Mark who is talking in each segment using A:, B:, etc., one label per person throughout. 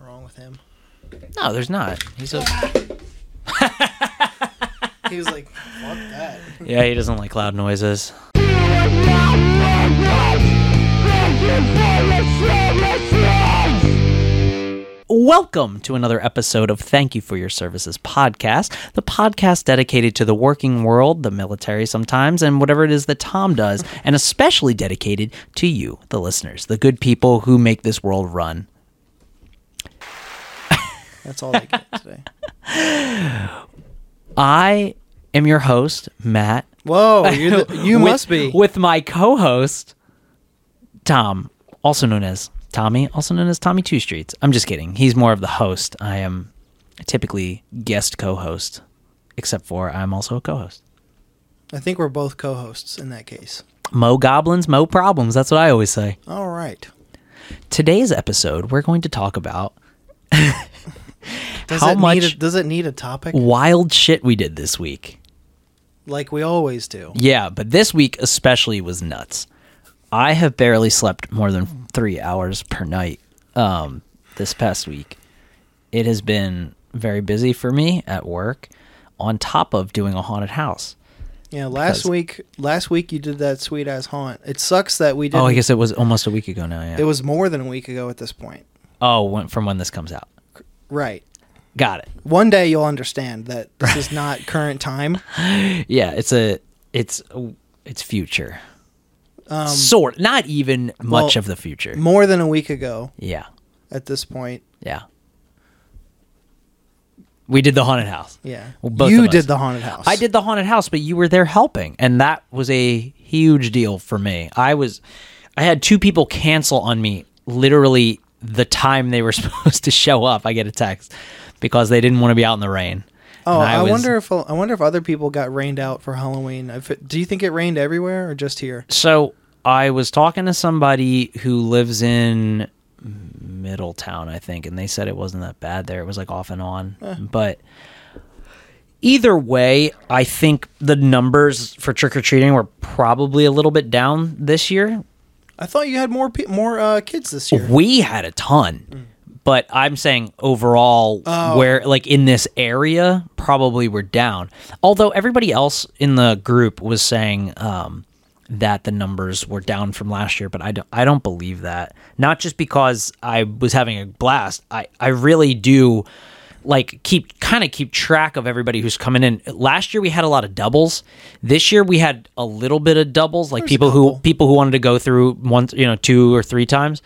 A: wrong with him.
B: No, there's not. He's a
A: He was like, fuck that.
B: yeah. He doesn't like loud noises. Welcome to another episode of Thank You for Your Services podcast, the podcast dedicated to the working world, the military sometimes, and whatever it is that Tom does, and especially dedicated to you, the listeners, the good people who make this world run.
A: That's all they get today.
B: I am your host, Matt.
A: Whoa, you're the, you
B: with-
A: must be.
B: with my co-host Tom, also known as Tommy, also known as Tommy Two Streets. I'm just kidding. He's more of the host. I am typically guest co-host, except for I'm also a co-host.
A: I think we're both co-hosts in that case.
B: Mo goblins, mo problems. That's what I always say.
A: All right.
B: Today's episode, we're going to talk about
A: Does
B: How
A: it Need
B: much-
A: a, does it need a topic?
B: wild shit we did this week.
A: Like we always do.
B: Yeah, but this week especially was nuts. I have barely slept more than three hours per night um, this past week. It has been very busy for me at work, on top of doing a haunted house.
A: Yeah. Last
B: Because-
A: week, last week you did that sweet ass haunt. It sucks that we did.
B: Oh, I guess it was almost a week ago now. Yeah.
A: it was more than a week ago at this point.
B: oh, when, from when this comes out.
A: Right.
B: Got it.
A: One day you'll understand that this is not current time.
B: Yeah, it's a it's it's future. Um, sort not even much
A: well,
B: of the future.
A: More than a week ago
B: yeah.
A: at this point.
B: Yeah. We did the haunted house.
A: Yeah.
B: Well, both
A: you
B: of us.
A: did the haunted house.
B: I did the haunted house, but you were there helping, and that was a huge deal for me. I was, I had two people cancel on me literally the time they were supposed to show up. I get a text because they didn't want to be out in the rain.
A: Oh,
B: And
A: I,
B: was-
A: wonder if I wonder if other people got rained out for Halloween. If it- do you think it rained everywhere or just here?
B: So I was talking to somebody who lives in Middletown, I think, and they said it wasn't that bad there. It was like off and on. But either way, I think the numbers for trick or treating were probably a little bit down this year.
A: I thought you had more pe- more uh, kids this year.
B: We had a ton. But I'm saying overall, where like in this area, probably we're down. Although everybody else in the group was saying um, that the numbers were down from last year, but I don't, I don't believe that. Not just because I was having a blast. I, I really do like keep kind of keep track of everybody who's coming in. Last year we had a lot of doubles. This year we had a little bit of doubles, like people who people who wanted to go through once, you know, two or three times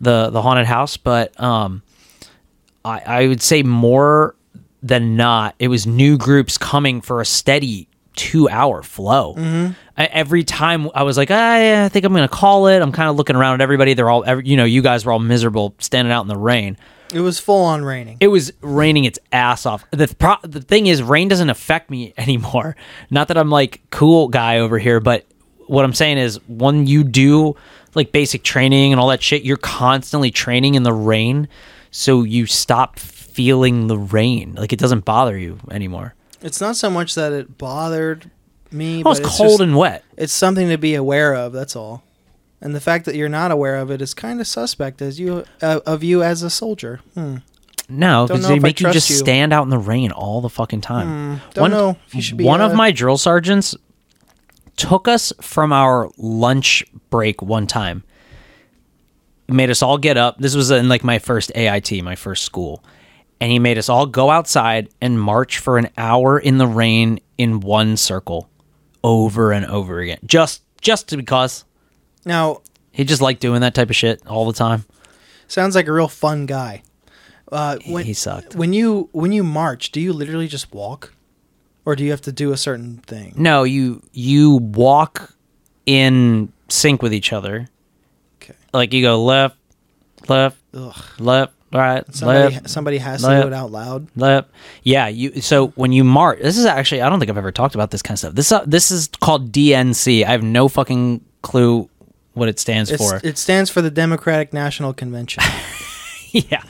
B: the the haunted house, but um I I would say more than not it was new groups coming for a steady 2 hour flow. I, every time I was like, ah, yeah, I think I'm going to call it. I'm kind of looking around at everybody. They're all, every, you know, you guys were all miserable standing out in the rain
A: It was full on raining.
B: it was raining its ass off. The th- pro- the thing is, rain doesn't affect me anymore. Not that I'm like cool guy over here, but what I'm saying is, when you do like basic training and all that shit, you're constantly training in the rain, so you stop feeling the rain. Like it doesn't bother you anymore.
A: It's not so much that it bothered me.
B: Oh,
A: but
B: it's cold
A: just-
B: and wet.
A: it's something to be aware of. That's all. And the fact that you're not aware of it is kind of suspect as you uh, of you as a soldier. Hmm.
B: No, because
A: know
B: they
A: if I
B: make you
A: trust
B: just
A: you. Hmm,
B: stand out in the rain all the fucking time.
A: don't know if you should be,
B: one of
A: uh,
B: my drill sergeants took us from our lunch break one time. Made us all get up. This was in like my first AIT, my first school. And he made us all go outside and march for an hour in the rain in one circle over and over again. Just just because
A: Now,
B: he just liked doing that type of shit all the time.
A: sounds like a real fun guy. Uh, when,
B: he sucked.
A: When you when you march, do you literally just walk, or do you have to do a certain thing?
B: No, you you walk in sync with each other.
A: Okay.
B: Like you go left, left,
A: Ugh.
B: left, right,
A: Somebody
B: left,
A: somebody has to
B: lip.
A: do it out loud.
B: left. Yeah, you. So when you march, this is actually I don't think I've ever talked about this kind of stuff. This uh, this is called DNC. I have no fucking clue what it stands
A: It's,
B: for.
A: it stands for the Democratic National Convention.
B: yeah.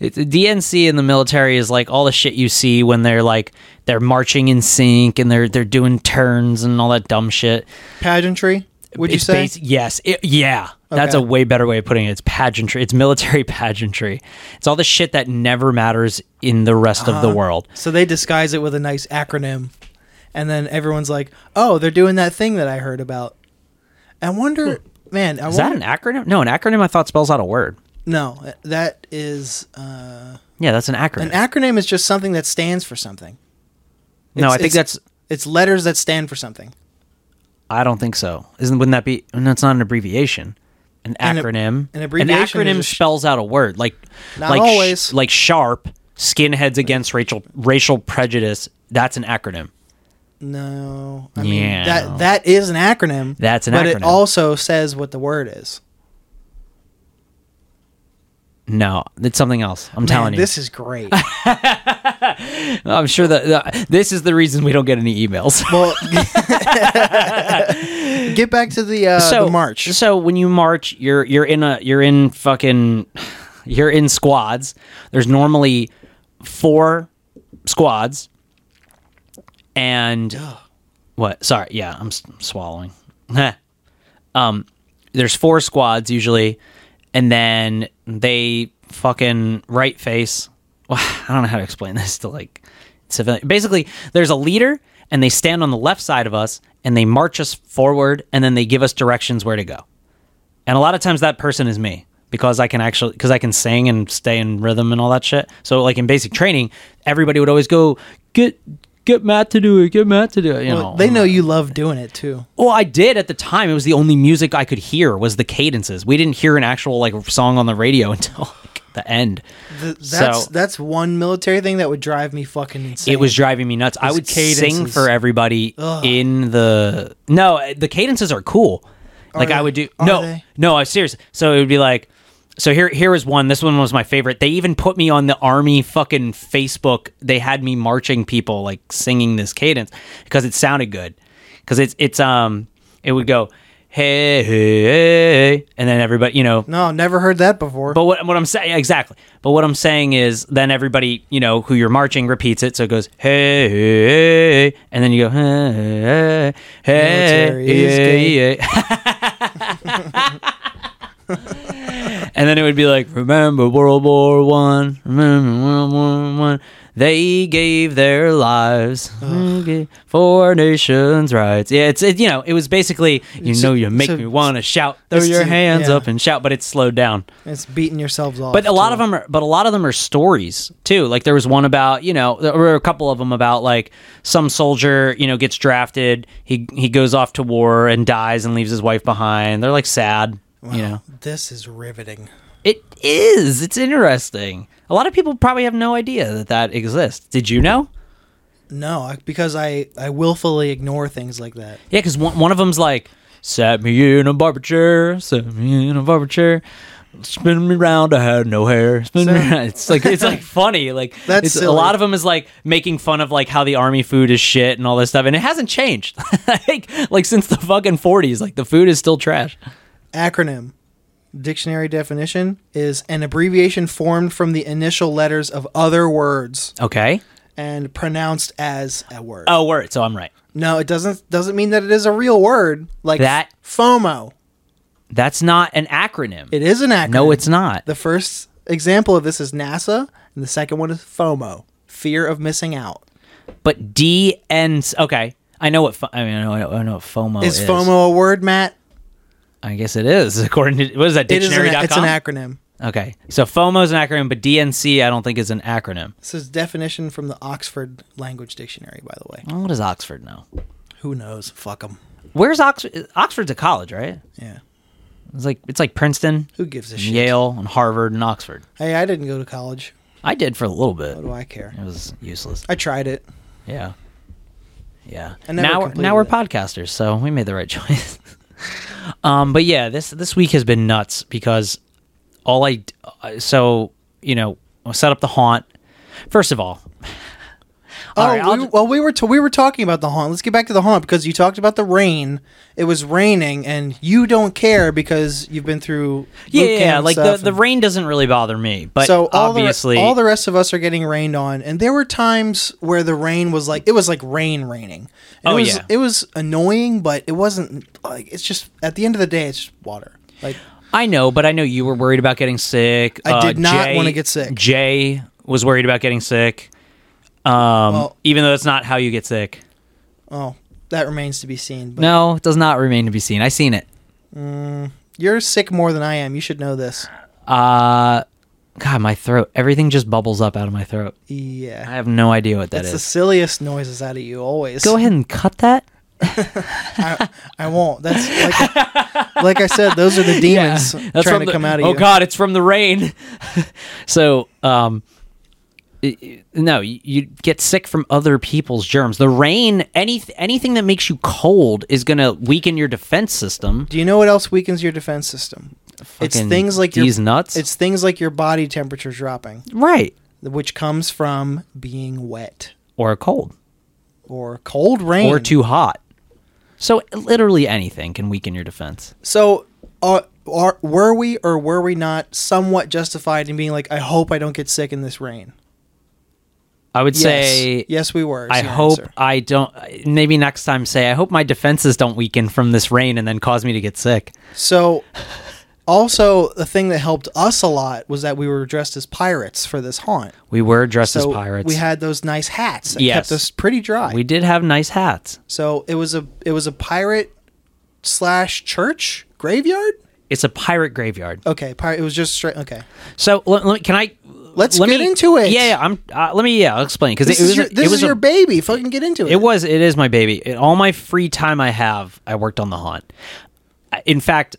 B: It's, DNC in the military is like all the shit you see when they're like they're marching in sync and they're they're doing turns and all that dumb shit.
A: Pageantry, would you
B: It's
A: say?
B: basi- yes. It, yeah. That's
A: Okay.
B: a way better way of putting it. It's pageantry. It's military pageantry. It's all the shit that never matters in the rest of
A: Uh-huh.
B: the world.
A: So they disguise it with a nice acronym, and then everyone's like, "Oh, they're doing that thing that I heard about." I wonder, man. I
B: Is that
A: wonder,
B: an acronym? No, an acronym I thought spells out a word.
A: no? uh, That is uh,
B: Yeah, that's an acronym.
A: an acronym is just something that stands for something.
B: no,
A: It's-
B: I think
A: it's-
B: that's.
A: It's letters that stand for something.
B: I don't think so. Isn't wouldn't that be? No, it's not an abbreviation. An
A: An ab-
B: acronym.
A: an abbreviation
B: An acronym
A: is a sh-
B: spells out a word. Like,
A: Not
B: like sh-
A: always.
B: like sharp skinheads against racial racial prejudice. That's an acronym.
A: No, I
B: Yeah.
A: mean that that is an acronym.
B: That's an
A: but
B: acronym.
A: it also says what the word is.
B: No, it's something else. I'm
A: Man,
B: telling you.
A: this is great.
B: I'm sure that that- this is the reason we don't get any emails.
A: well, get back to the uh, the march.
B: So when you march, you're you're in a you're in fucking you're in squads. There's normally four squads, and what? Sorry, yeah, I'm s- swallowing. Heh. um, there's four squads usually, and then they fucking right face. Well, I don't know how to explain this to like civilian. Basically, there's a leader, and they stand on the left side of us, and they march us forward, and then they give us directions where to go. And a lot of times that person is me because I can actually because I can sing and stay in rhythm and all that shit. So like in basic training, everybody would always go get get Matt to do it, get Matt to do it. You
A: Well,
B: know,
A: they know you love doing it too.
B: well, I did at the time. It was the only music I could hear was the cadences. We didn't hear an actual like song on the radio until like, the end.
A: Th- that's
B: So-
A: that's one military thing that would drive me fucking insane.
B: It was driving me nuts. I would sing
A: cadences.
B: for everybody in the no. The cadences are cool. like I
A: they?
B: would do
A: Are
B: no,
A: they?
B: no. I serious. So it would be like. So here, here is one. This one was my favorite. They even put me on the army fucking Facebook. They had me marching people like singing this cadence because it sounded good. Because it's it's um it would go hey, hey, hey and then everybody you know
A: no, never heard that before.
B: but what, what I'm saying exactly. But what I'm saying is, then everybody you know who you're marching repeats it, so it goes hey, hey, hey," and then you go hey, hey,
A: Military is
B: hey, hey, hey." and then it would be like, remember World War One, remember World War One. They gave their lives for nations' rights. Yeah, it's it, you know, it was basically you
A: So-
B: know you make
A: so-
B: me want to shout, throw
A: it's
B: your
A: to-
B: hands
A: yeah.
B: up and shout, but it's slowed down.
A: it's beating yourselves off.
B: But a lot
A: too.
B: of them are, but a lot of them are stories too. Like there was one about, you know, there were a couple of them about like some soldier, you know, gets drafted, he he goes off to war and dies and leaves his wife behind. They're like sad, you know.
A: This is riveting.
B: It is. It's interesting. A lot of people probably have no idea that that exists. Did you know?
A: No, I- because I I willfully ignore things like that.
B: Yeah, because one, one of them's like, sat me in a barber chair, sat me in a barber chair, spin me round, I had no hair. Spin me
A: So-
B: round. It's like it's like funny. Like
A: That's
B: it's, a
A: silly.
B: lot of them is like making fun of like how the army food is shit and all this stuff, and it hasn't changed. like like since the fucking forties, like the food is still trash.
A: Acronym. Dictionary definition is an abbreviation formed from the initial letters of other words
B: Okay.
A: and pronounced as a word.
B: Oh, word. So I'm right.
A: No, it doesn't doesn't mean that it is a real word like
B: That-
A: FOMO.
B: That's not an acronym.
A: It is an acronym.
B: no, it's not.
A: The first example of this is NASA, and the second one is FOMO, fear of missing out.
B: Oh, But D and okay. I know what fo- I mean. I know, I know what FOMO
A: Is,
B: is.
A: FOMO a word, Matt?
B: I guess it is according to what is that
A: It is
B: dictionary.com.
A: an, it's an acronym.
B: Okay. So FOMO is an acronym, but DNC I don't think is an acronym.
A: This is definition from the Oxford Language Dictionary, by the way.
B: Well, What is Oxford now?
A: Who knows? Fuck them.
B: Where's Oxford? Oxford's a college, right?
A: Yeah.
B: It's like it's like Princeton,
A: Who gives a
B: and
A: shit?
B: Yale, and Harvard, and Oxford.
A: Hey, I didn't go to college.
B: I did for a little bit.
A: What do I care?
B: It was useless.
A: I tried it.
B: Yeah. Yeah.
A: I never
B: Now we're,
A: completed
B: now we're
A: it.
B: podcasters, so we made the right choice. um, but yeah, this this week has been nuts because all I d- uh, so you know I set up the haunt. First of all,
A: Oh,
B: All right, I'll
A: we,
B: ju-
A: well, we were t- we were talking about the haunt. Let's get back to the haunt because you talked about the rain. It was raining, and you don't care because you've been through
B: yeah,
A: boot
B: yeah,
A: camp
B: yeah,
A: and
B: like the,
A: stuff
B: the
A: and-
B: rain doesn't really bother me, but
A: so all
B: obviously
A: the re- all the rest of us are getting rained on, and there were times where the rain was like it was like rain raining. And
B: Oh,
A: it was,
B: yeah.
A: it was annoying, but it wasn't like it's just at the end of the day, it's just water. Like
B: I know, but I know you were worried about getting sick. Uh,
A: I did not
B: Jay-
A: wanna get sick.
B: Jay was worried about getting sick. Um,
A: Well-
B: even though that's not how you get sick.
A: Oh, that remains to be seen. But
B: No, it does not remain to be seen. I seen it.
A: You're sick more than I am. You should know this.
B: Uh, God, my throat. Everything just bubbles up out of my throat. I
A: Yeah.
B: have no idea what that
A: That's
B: is.
A: the silliest noises out of you always.
B: Go ahead and cut that.
A: I, I won't. That's like, like I said, those are the demons trying
B: That's from
A: to
B: the-
A: come out of
B: oh
A: you.
B: God, it's from the rain. so, um, i- i- no, you, you get sick from other people's germs. The rain, any anything that makes you cold, is gonna weaken your defense system.
A: Do you know what else weakens your defense system? It's
B: Fucking
A: things like
B: these
A: your,
B: nuts.
A: It's things like your body temperature dropping,
B: right
A: which comes from being wet
B: or cold
A: or cold rain
B: or too hot. So literally anything can weaken your defense.
A: So, are, are were we or were we not somewhat justified in being like, I hope I don't get sick in this rain?
B: I would
A: yes,
B: say
A: yes, we were. is
B: I
A: your
B: hope
A: answer.
B: I don't. Maybe next time, say I hope my defenses don't weaken from this rain and then cause me to get sick.
A: So, also the thing that helped us a lot was that we were dressed as pirates for this haunt.
B: We were dressed
A: So
B: as pirates.
A: we had those nice hats that
B: Yes.
A: kept us pretty dry.
B: We did have nice hats.
A: so it was a it was a pirate slash church graveyard.
B: It's a pirate graveyard.
A: Okay, pirate. It was just straight. Okay,
B: So let, let me, can I?
A: Let's
B: let
A: get
B: me-
A: into it.
B: Yeah, yeah I'm. Uh, let me. Yeah, I'll explain because
A: this
B: it,
A: is
B: was.
A: your,
B: a-
A: this
B: it was
A: is your
B: a,
A: baby. Fucking get into it.
B: It was. It is my baby. In all my free time I have, I worked on the haunt. Uh, In fact,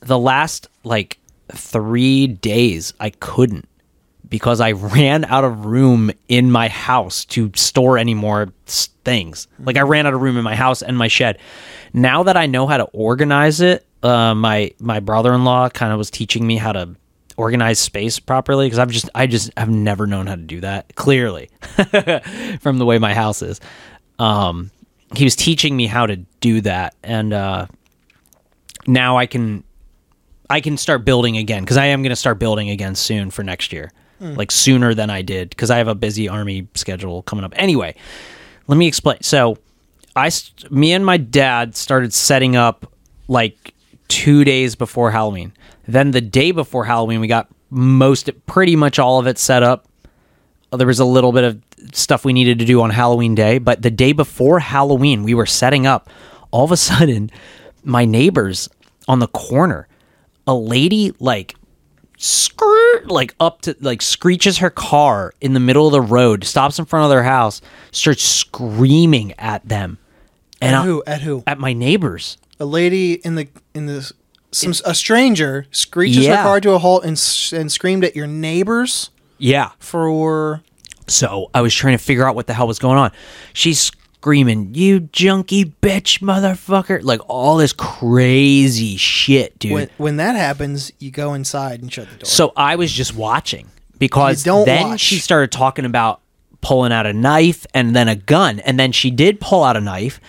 B: the last like three days, I couldn't because I ran out of room in my house to store any more s- things. Like I ran out of room in my house and my shed. Now that I know how to organize it, uh, my my brother in law kind of was teaching me how to organize space properly because I've just I just have never known how to do that clearly from the way my house is. Um, he was teaching me how to do that, and uh, now I can I can start building again because I am going to start building again soon for next year, like sooner than I did because I have a busy army schedule coming up. Anyway, let me explain. So, I, st- me and my dad started setting up like two days before Halloween. Then the day before Halloween, we got most, pretty much all of it set up. Uh, There was a little bit of stuff we needed to do on Halloween day, but the day before Halloween, we were setting up. All of a sudden, my neighbors on the corner, a lady like skirt like up to like screeches her car in the middle of the road, stops in front of their house, starts screaming at them. And
A: at
B: I,
A: who? At who?
B: at my neighbors.
A: a lady in the in the some a stranger screeches
B: Yeah.
A: her car to a halt and s- and screamed at your neighbors
B: Yeah.
A: for
B: So I was trying to figure out what the hell was going on. She's screaming, "You junkie bitch, motherfucker!" Like all this crazy shit, dude.
A: when when that happens you go inside and shut the door.
B: so I was just watching because
A: You don't
B: then
A: watch.
B: she started talking about pulling out a knife and then a gun, and then she did pull out a knife.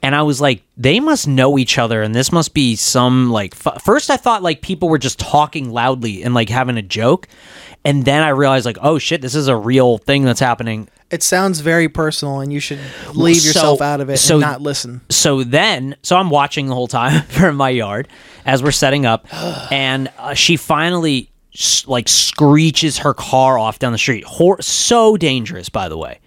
B: And I was like, they must know each other, and this must be some like. F-. First, I thought like people were just talking loudly and like having a joke, and then I realized like, oh shit, this is a real thing that's happening.
A: it sounds very personal and you should leave
B: so-
A: yourself out of it
B: so-
A: and not listen.
B: so then so i'm watching the whole time from my yard as we're setting up and uh, she finally s- like screeches her car off down the street Hor- so dangerous by the way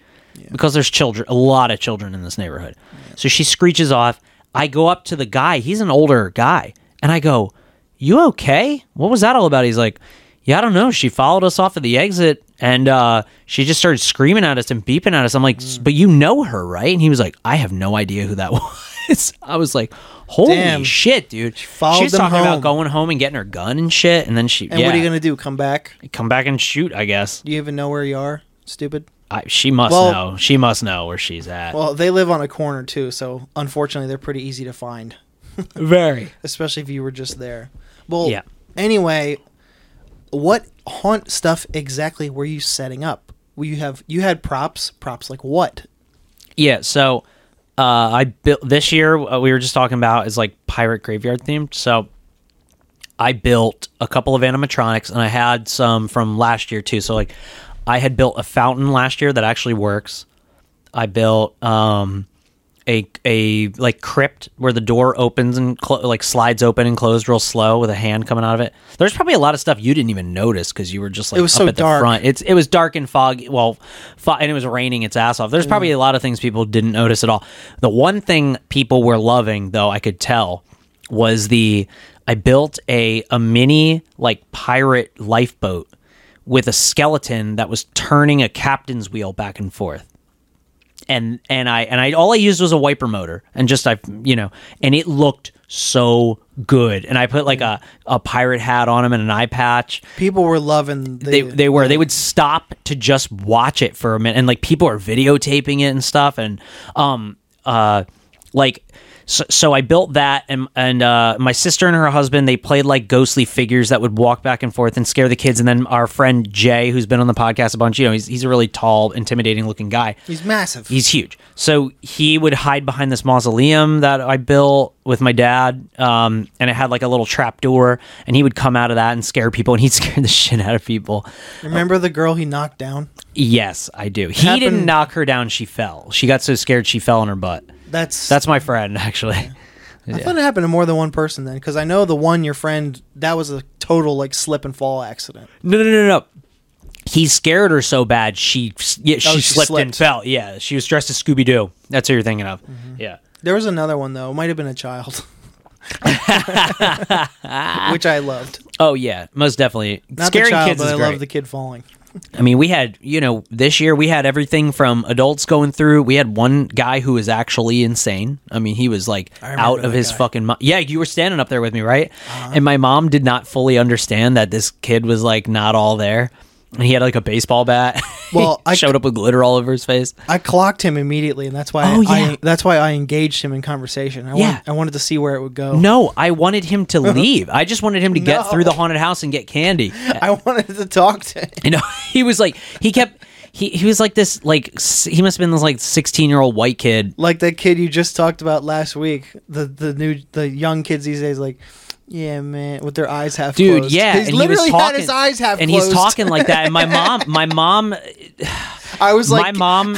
B: because there's children a lot of children in this neighborhood so she screeches off i go up to the guy he's an older guy and i go you okay what was that all about he's like yeah i don't know she followed us off of the exit and uh, she just started screaming at us and beeping at us. I'm like, "S- but you know her, right? And he was like, I have no idea who that was. I was like, holy
A: Damn.
B: shit, dude. She,
A: followed
B: was
A: them
B: talking
A: home.
B: about going home and getting her gun and shit. And then she,
A: And
B: yeah,
A: what are you going to do? Come back?
B: come back and shoot, I guess.
A: Do you even know where you are? Stupid.
B: I, she must
A: Well-
B: know. She must know where she's at.
A: Well, they live on a corner too, so unfortunately they're pretty easy to find,
B: Very.
A: especially if you were just there. Well,
B: Yeah.
A: anyway, what haunt stuff exactly were you setting up? Well, you have you had props, props like what?
B: Yeah. So uh, I built this year. uh, we were just talking about is like pirate graveyard themed. So I built a couple of animatronics, and I had some from last year too. So like, I had built a fountain last year that actually works. I built um, a a like crypt where the door opens and clo- like slides open and closed real slow with a hand coming out of it. There's probably a lot of stuff you didn't even notice because you were just like
A: was
B: up
A: so
B: at the
A: dark.
B: front. It's it was dark and foggy. Well, fo- and it was raining its ass off. There's
A: Mm.
B: probably a lot of things people didn't notice at all. The one thing people were loving though, I could tell, was the I built a a mini like pirate lifeboat with a skeleton that was turning a captain's wheel back and forth and and I and I all I used was a wiper motor and just I you know and it looked so good and I put like a, a pirate hat on him and an eye patch
A: People were loving the,
B: they they were they would stop to just watch it for a minute and like people are videotaping it and stuff and um uh like so, so I built that and and uh, my sister and her husband they played like ghostly figures that would walk back and forth and scare the kids and then our friend Jay who's been on the podcast a bunch you know he's he's a really tall intimidating looking guy
A: he's massive.
B: He's huge. So he would hide behind this mausoleum that I built with my dad, um, and it had like a little trap door, and he would come out of that and scare people, and he'd scare the shit out of people.
A: Remember the girl he knocked down?
B: Yes, I do. He didn't
A: happened-
B: knock her down; she fell. She got so scared she fell on her butt.
A: That's
B: That's my friend, actually.
A: I thought it happened to more than one person then, because I know the one your friend that was a total like slip and fall accident.
B: No, no, no, no. He scared her so bad she yeah, she,
A: Oh, she
B: slipped, and
A: slipped.
B: fell. Yeah, she was dressed as Scooby Doo. That's who you're thinking of.
A: Mm-hmm.
B: Yeah.
A: There was another one though. It might have been a child, which I loved.
B: Oh yeah, most definitely.
A: Not
B: Scaring
A: the child,
B: kids
A: but
B: is
A: I
B: great.
A: love the kid falling.
B: I mean, we had, you know, this year we had everything from adults going through. We had one guy who was actually insane. I mean, he was like
A: remember
B: out of
A: that
B: his
A: guy. Uh-huh.
B: fucking mind. Yeah, you were standing up there with me, right? And my mom did not fully understand that this kid was like not all there. And he had like a baseball bat.
A: Well,
B: I
A: I-
B: showed up with glitter all over his face.
A: I clocked him immediately, and that's why
B: Oh,
A: I,
B: yeah.
A: that's why I engaged him in conversation. I,
B: Yeah.
A: want, I wanted to see where it would go.
B: No, I wanted him to leave. I just wanted him to get
A: No.
B: through the haunted house and get candy.
A: I wanted to talk to him.
B: You know, he was like, he kept, he, he was like this, like, s- he must have been this like 16 year old white kid
A: like that kid you just talked about last week. The the new the young kids these days like. Yeah, man, with their eyes half
B: dude
A: closed.
B: yeah
A: he's
B: and
A: literally
B: he was talking,
A: had his eyes half
B: and
A: closed.
B: he's talking like that and my mom my mom
A: I was like,
B: my mom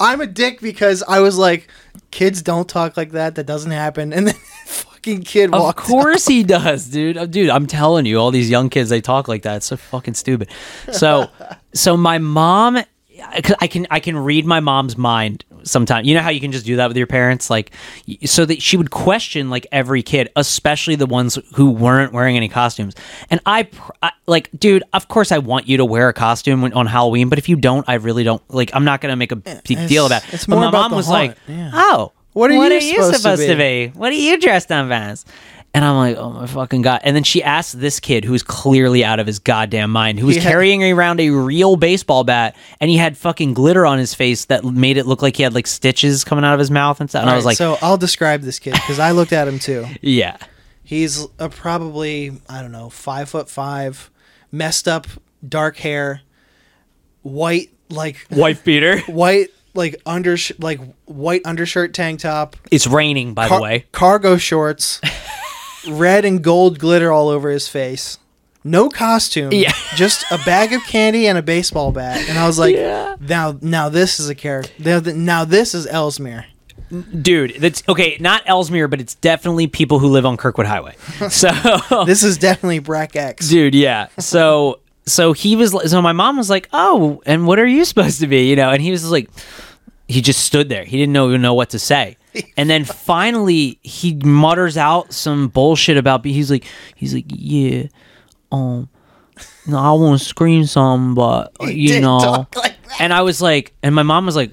A: I'm a dick because I was like, kids don't talk like that. That doesn't happen. And then fucking kid
B: of
A: walked.
B: course he does dude Uh, dude i'm telling you all these young kids they talk like that it's so fucking stupid so so my mom I c- I can I can read my mom's mind sometimes. You know how you can just do that with your parents, like y- so that she would question like every kid, especially the ones who weren't wearing any costumes. And I, pr- I like, dude, of course I want you to wear a costume when, on Halloween, but if you don't, I really don't like. I'm not gonna make a big deal about. it.
A: it's
B: but
A: more
B: my
A: about
B: mom
A: the
B: was
A: haunt,
B: like,
A: yeah.
B: oh.
A: What are you supposed to
B: supposed to
A: be?"
B: be? What are you dressed up as? And I'm like, oh my fucking god! And then she asked this kid, who was clearly out of his goddamn mind, who was
A: He had-
B: carrying around a real baseball bat, and he had fucking glitter on his face that made it look like he had like stitches coming out of his mouth and stuff. And I was like,
A: so I'll describe this kid because I looked at him too.
B: yeah,
A: He's a probably I don't know five foot five, messed up, dark hair, white like
B: wife beater.
A: white like under like white undershirt tank top,
B: it's raining, by
A: car-
B: the way.
A: cargo shorts, red and gold glitter all over his face. No costume,
B: Yeah.
A: just a bag of candy and a baseball bat. And I was like, now, now this is a character. Now this is Elsmere.
B: Dude, that's okay. Not Ellesmere, but it's definitely people who live on Kirkwood Highway. So
A: This is definitely Brack X.
B: dude yeah so so he was li- so my mom was like oh and what are you supposed to be you know and he was just like he just stood there he didn't know, even know what to say and then finally he mutters out some bullshit about he's like he's like yeah um no i want to scream some but you
A: did
B: know
A: talk like that.
B: and i was like and my mom was like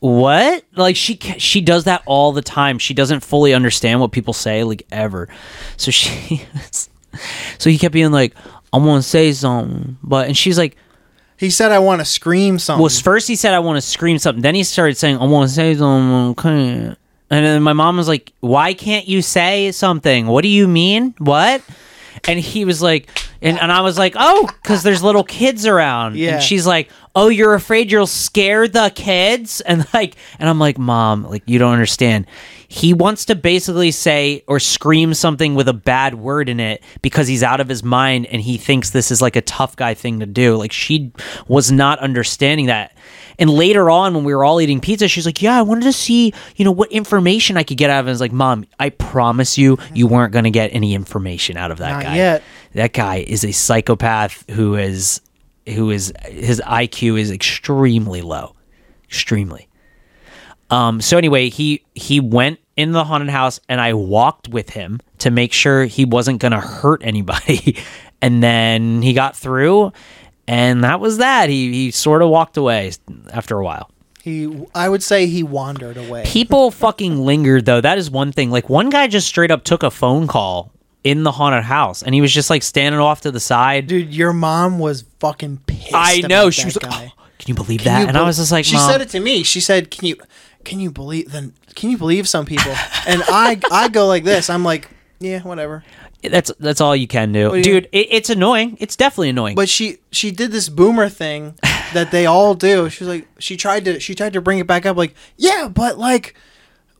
B: what like she ca- she does that all the time she doesn't fully understand what people say like ever so she so he kept being like i want to say something but and she's like
A: He said, "I want to scream something."
B: well first he said i want to scream something then he started saying i want to say something okay." and then my mom was like why can't you say something what do you mean what and he was like And, and I was like, oh, because there's little kids around.
A: Yeah.
B: And she's like, oh, you're afraid you'll scare the kids? And like, and I'm like, mom, like, you don't understand. He wants to basically say or scream something with a bad word in it because he's out of his mind and he thinks this is like a tough guy thing to do. Like, she was not understanding that. And later on, when we were all eating pizza, she's like, "Yeah, I wanted to see, you know, what information I could get out of." it. I was like, "Mom, I promise you, you weren't going to get any information out of that
A: Not
B: guy.
A: yet.
B: That guy is a psychopath who is, who is his IQ is extremely low, extremely." Um. So anyway, he he went in the haunted house, and I walked with him to make sure he wasn't going to hurt anybody. and then he got through, and that was that. He he sort of walked away after a while.
A: He, I would say he wandered away.
B: People fucking lingered though. That is one thing. Like one guy just straight up took a phone call in the haunted house, and he was just like standing off to the side.
A: Dude, your mom was fucking pissed.
B: I know
A: about
B: she
A: that
B: was. like,
A: guy.
B: "Oh, can you believe
A: Can
B: that?
A: you
B: and I
A: bel-
B: was just like,
A: she
B: Mom,
A: said it to me. She said, "Can you, can you believe then? Can you believe some people?" And I, I go like this. I'm like, yeah, whatever.
B: that's that's all you can do,
A: you-
B: dude. It, it's annoying. It's definitely annoying.
A: But she, she did this boomer thing that they all do. She was like, she tried to, she tried to bring it back up. Like, yeah, but like,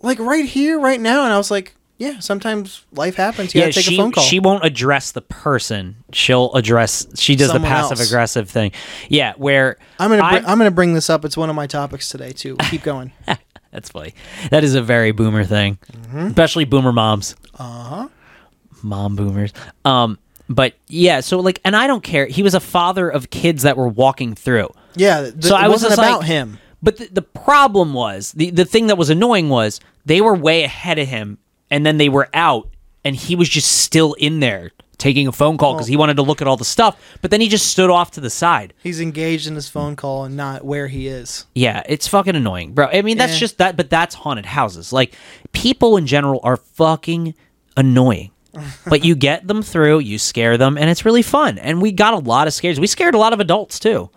A: like right here, right now. And I was like, yeah, sometimes life happens. You gotta take
B: she,
A: a phone call.
B: She won't address the person. She'll address. She does the
A: Someone else.
B: passive aggressive thing. Yeah, where
A: I'm gonna, br-
B: I-
A: I'm gonna bring this up. It's one of my topics today too. Keep going.
B: That's funny. That is a very boomer thing,
A: Mm-hmm.
B: especially boomer moms. Uh huh.
A: Uh-huh.
B: Mom boomers. Um, but yeah. So like, and I don't care. He was a father of kids that were walking through.
A: Yeah, th-
B: So
A: it
B: I was
A: wasn't
B: just
A: about
B: like-
A: him.
B: But the, the problem was the the thing that was annoying was they were way ahead of him, and then they were out, and he was just still in there taking a phone call because he wanted to look at all the stuff. But then he just stood off to the side.
A: He's engaged in his phone call and not where he is.
B: Yeah, it's fucking annoying, bro. I mean, that's
A: Yeah.
B: just that, but that's haunted houses. Like, people in general are fucking annoying. but you get them through, you scare them, and it's really fun. And we got a lot of scares. We scared a lot of adults too.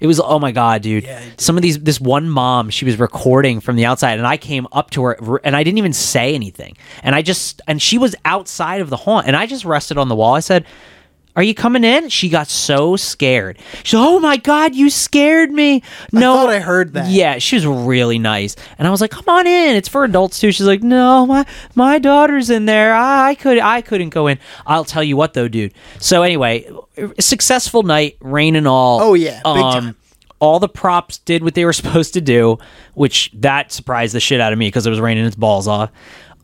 B: It was oh my god, dude. Some of these, this one mom, she was recording from the outside, and I came up to her, and I didn't even say anything, and I just, and she was outside of the haunt, and I just rested on the wall. I said. Are you coming in? She got so scared. She's, oh my god, you scared me. No,
A: thought I heard that.
B: Yeah, she was really nice, and I was like, come on in. It's for adults too. She's like, no, my my daughter's in there. I, I could I couldn't go in. I'll tell you what though, dude. So anyway, successful night, rain and all. Um,
A: Oh, yeah, big time.
B: All the props did what they were supposed to do, which that surprised the shit out of me because it was raining its balls off.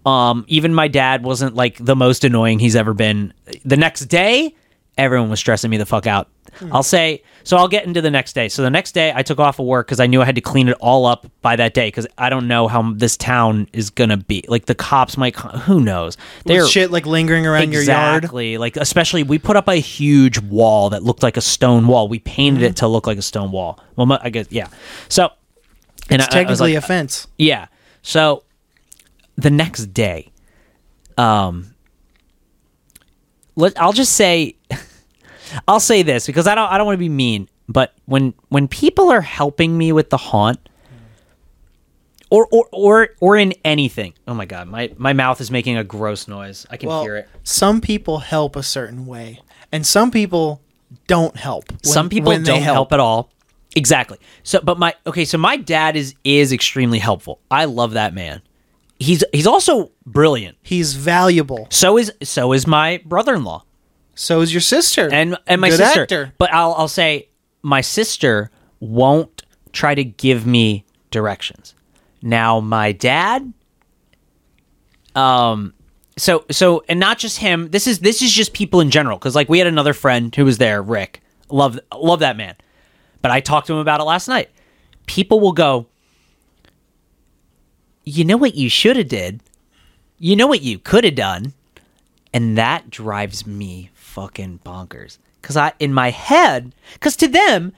B: Um, even my dad wasn't like the most annoying he's ever been. The next day, everyone was stressing me the fuck out. I'll say so. I'll get into the next day. So the next day, I took off of work because I knew I had to clean it all up by that day because I don't know how this town is gonna be. Like the cops might, co- who knows? They're
A: With shit like lingering around your yard.
B: exactly. Like especially we put up a huge wall that looked like a stone wall. We painted
A: Mm.
B: it to look like a stone wall. Well, mu- I guess yeah. So and
A: It's
B: I- I was
A: technically
B: like,
A: a fence.
B: yeah. So the next day, um, let I'll just say, I'll say this because I don't I don't want to be mean, but when when people are helping me with the haunt. Or, or, or, or in anything. Oh my god, my, my mouth is making a gross noise. I can
A: Well,
B: hear it.
A: some people help a certain way, and some people don't help. when-
B: some people
A: when they
B: don't help. at all exactly so but my okay so my dad is is extremely helpful i love that man he's he's also brilliant
A: He's valuable.
B: so is so is my brother-in-law
A: So is your sister
B: and and my
A: Good
B: sister
A: Actor.
B: but i'll i'll say my sister won't try to give me directions now my dad um, so so and not just him this is this is just people in general because like we had another friend who was there rick love love that man but i talked to him about it last night people will go you know what you should have did you know what you could have done and that drives me fucking bonkers because i in my head because to them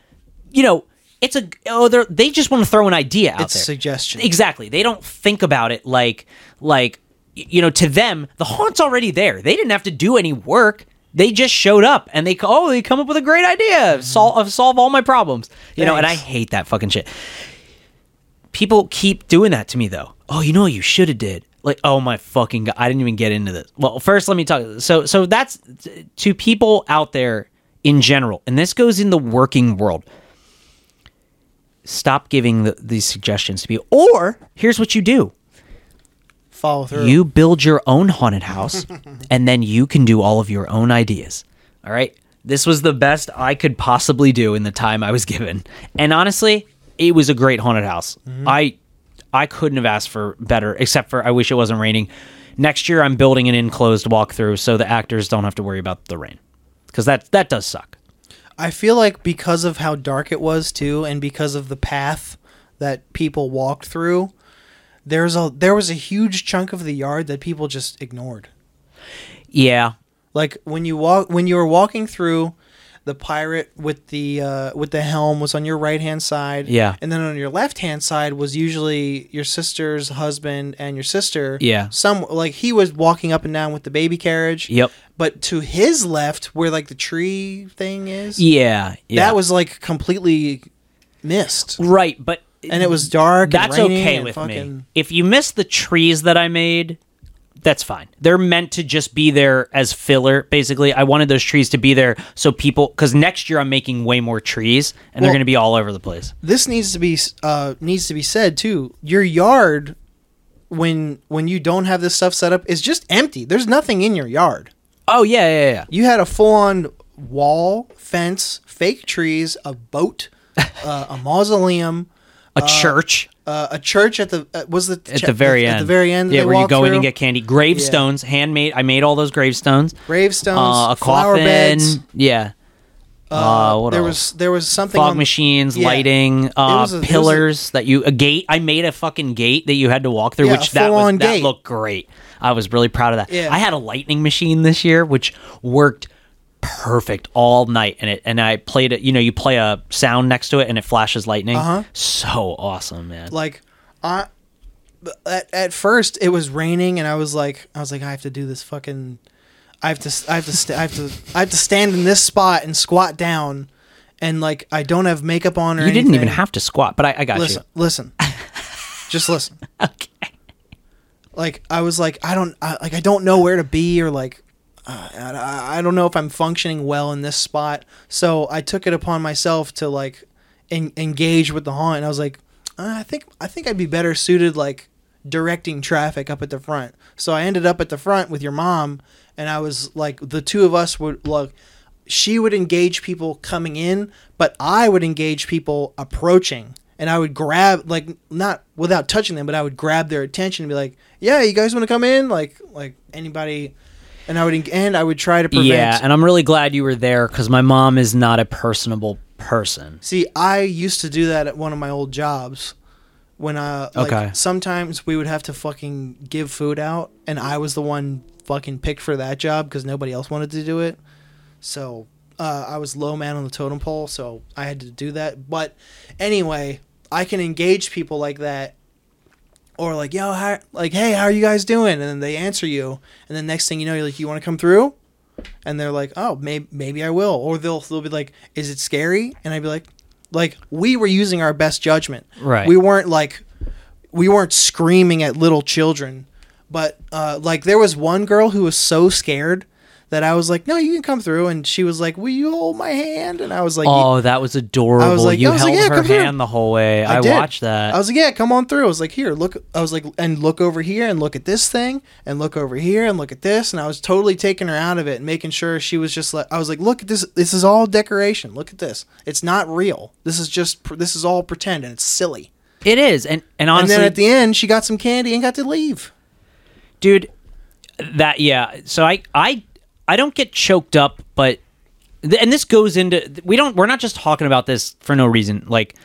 B: you know it's a oh they are they just want to throw an idea out
A: It's a
B: there
A: suggestion.
B: Exactly. They don't think about it like like y- you know to them the haunt's already there. They didn't have to do any work. They just showed up and they co- oh they come up with a great idea of sol- of solve all my problems. You know, and I
A: Thanks.
B: hate that fucking shit. People keep doing that to me though. Oh, you know what you should have did. like oh my fucking god i didn't even get into this well first let me talk so so that's to people out there in general and this goes in the working world stop giving the, these suggestions to people or here's what you do
A: Follow through.
B: you build your own haunted house and then you can do all of your own ideas all right this was the best i could possibly do in the time i was given and honestly it was a great haunted house
A: Mm-hmm.
B: i i couldn't have asked for better except for i wish it wasn't raining next year i'm building an enclosed walkthrough so the actors don't have to worry about the rain because that that does suck
A: I feel like because of how dark it was too, and because of the path that people walked through, there's a there was a huge chunk of the yard that people just ignored.
B: yeah
A: Like when you walk when you were walking through, the pirate with the uh, with the helm was on your right hand side.
B: Yeah.
A: and then on your left hand side was usually your sister's husband and your sister.
B: Yeah.
A: some like he was walking up and down with the baby carriage.
B: Yep.
A: But to his left, where like the tree thing is,
B: yeah, yeah.
A: that was like completely missed
B: right but
A: and it was dark
B: That's
A: and raining
B: okay
A: and
B: with
A: fucking-
B: me. If you miss the trees that I made, that's fine. They're meant to just be there as filler, basically. I wanted those trees to be there so people, because next year I'm making way more trees and they're
A: Well-
B: going to be all over the place.
A: this needs to be uh needs to be said too your yard when when you don't have this stuff set up is just empty there's nothing in your yard
B: Oh, yeah, yeah, yeah.
A: you had a full-on wall fence fake trees a boat uh, a mausoleum
B: A church
A: uh, a church at the uh, was the
B: at the very end.
A: at the very end that
B: Yeah,
A: they
B: where you
A: walked
B: go in and
A: through.
B: get candy. Gravestones, handmade. I made all those gravestones.
A: gravestones
B: Uh, a
A: flower
B: coffin.
A: beds
B: Yeah. Uh, what
A: there was
B: else?
A: there was something
B: fog
A: on-
B: machines,
A: yeah.
B: lighting, uh,
A: was a- it was a-
B: pillars that you a gate. I made a fucking gate that you had to walk through,
A: Yeah,
B: which
A: a
B: that was
A: full-on
B: that
A: gate.
B: looked great. I was really proud of that.
A: Yeah.
B: I had a lightning machine this year, which worked perfect all night, and it and I played it. You know, you play a sound next to it, and it flashes lightning.
A: Uh-huh.
B: So awesome, man.
A: like I at, at first it was raining and I was like I was like I have to do this fucking I have to I have to st- I have to I have to stand in this spot and squat down and like I don't have makeup on or
B: you didn't even
A: anything.
B: have to squat, but I, I got
A: listen listen just listen
B: you. Okay.
A: like I was like I don't I, like I don't know where to be or like uh, I, I don't know if I'm functioning well in this spot. So I took it upon myself to like en- engage with the haunt, and I was like, uh, I think I think I'd be better suited like directing traffic up at the front. So I ended up at the front with your mom, and I was like, the two of us would look. She would engage people coming in, but I would engage people approaching. And I would grab like not without touching them, but I would grab their attention and be like, "Yeah, you guys want to come in? Like, like anybody?" And I would en- and I would try to prevent.
B: Yeah, and I'm really glad you were there because my mom is not a personable person.
A: See, I used to do that at one of my old jobs. When I like,
B: Okay.
A: sometimes we would have to fucking give food out, and I was the one fucking picked for that job because nobody else wanted to do it. So uh, I was low man on the totem pole, so I had to do that. But anyway, I can engage people like that, or like yo, how, like hey, how are you guys doing? And then they answer you, and then next thing you know, you're like, you want to come through? and they're like, "Oh, maybe maybe I will," or they'll they'll be like, "Is it scary?" And I'd be like, "Like we were using our best judgment,
B: Right.
A: We weren't like, we weren't screaming at little children, but uh, like there was one girl who was so scared that I was like, "No, you can come through," and she was like, "Will you hold my hand?" And I was like,
B: Oh, that was adorable.
A: I was like-
B: you
A: I was
B: held
A: like, yeah,
B: her
A: come here.
B: hand the whole way. I,
A: did.
B: watched that.
A: I was like, yeah, come on through. I was like, here, look. I was like, and look over here, and look at this thing, and look over here, and look at this. And I was totally taking her out of it and making sure she was just like, I was like, look at this. This is all decoration. Look at this. It's not real. This is just. pr- This is all pretend, and it's silly.
B: it is. And and
A: And
B: honestly,
A: then at the end, she got some candy and got to leave.
B: dude, that yeah. So I I I don't get choked up, but th- and this goes into we don't we're not just talking about this for no reason. Like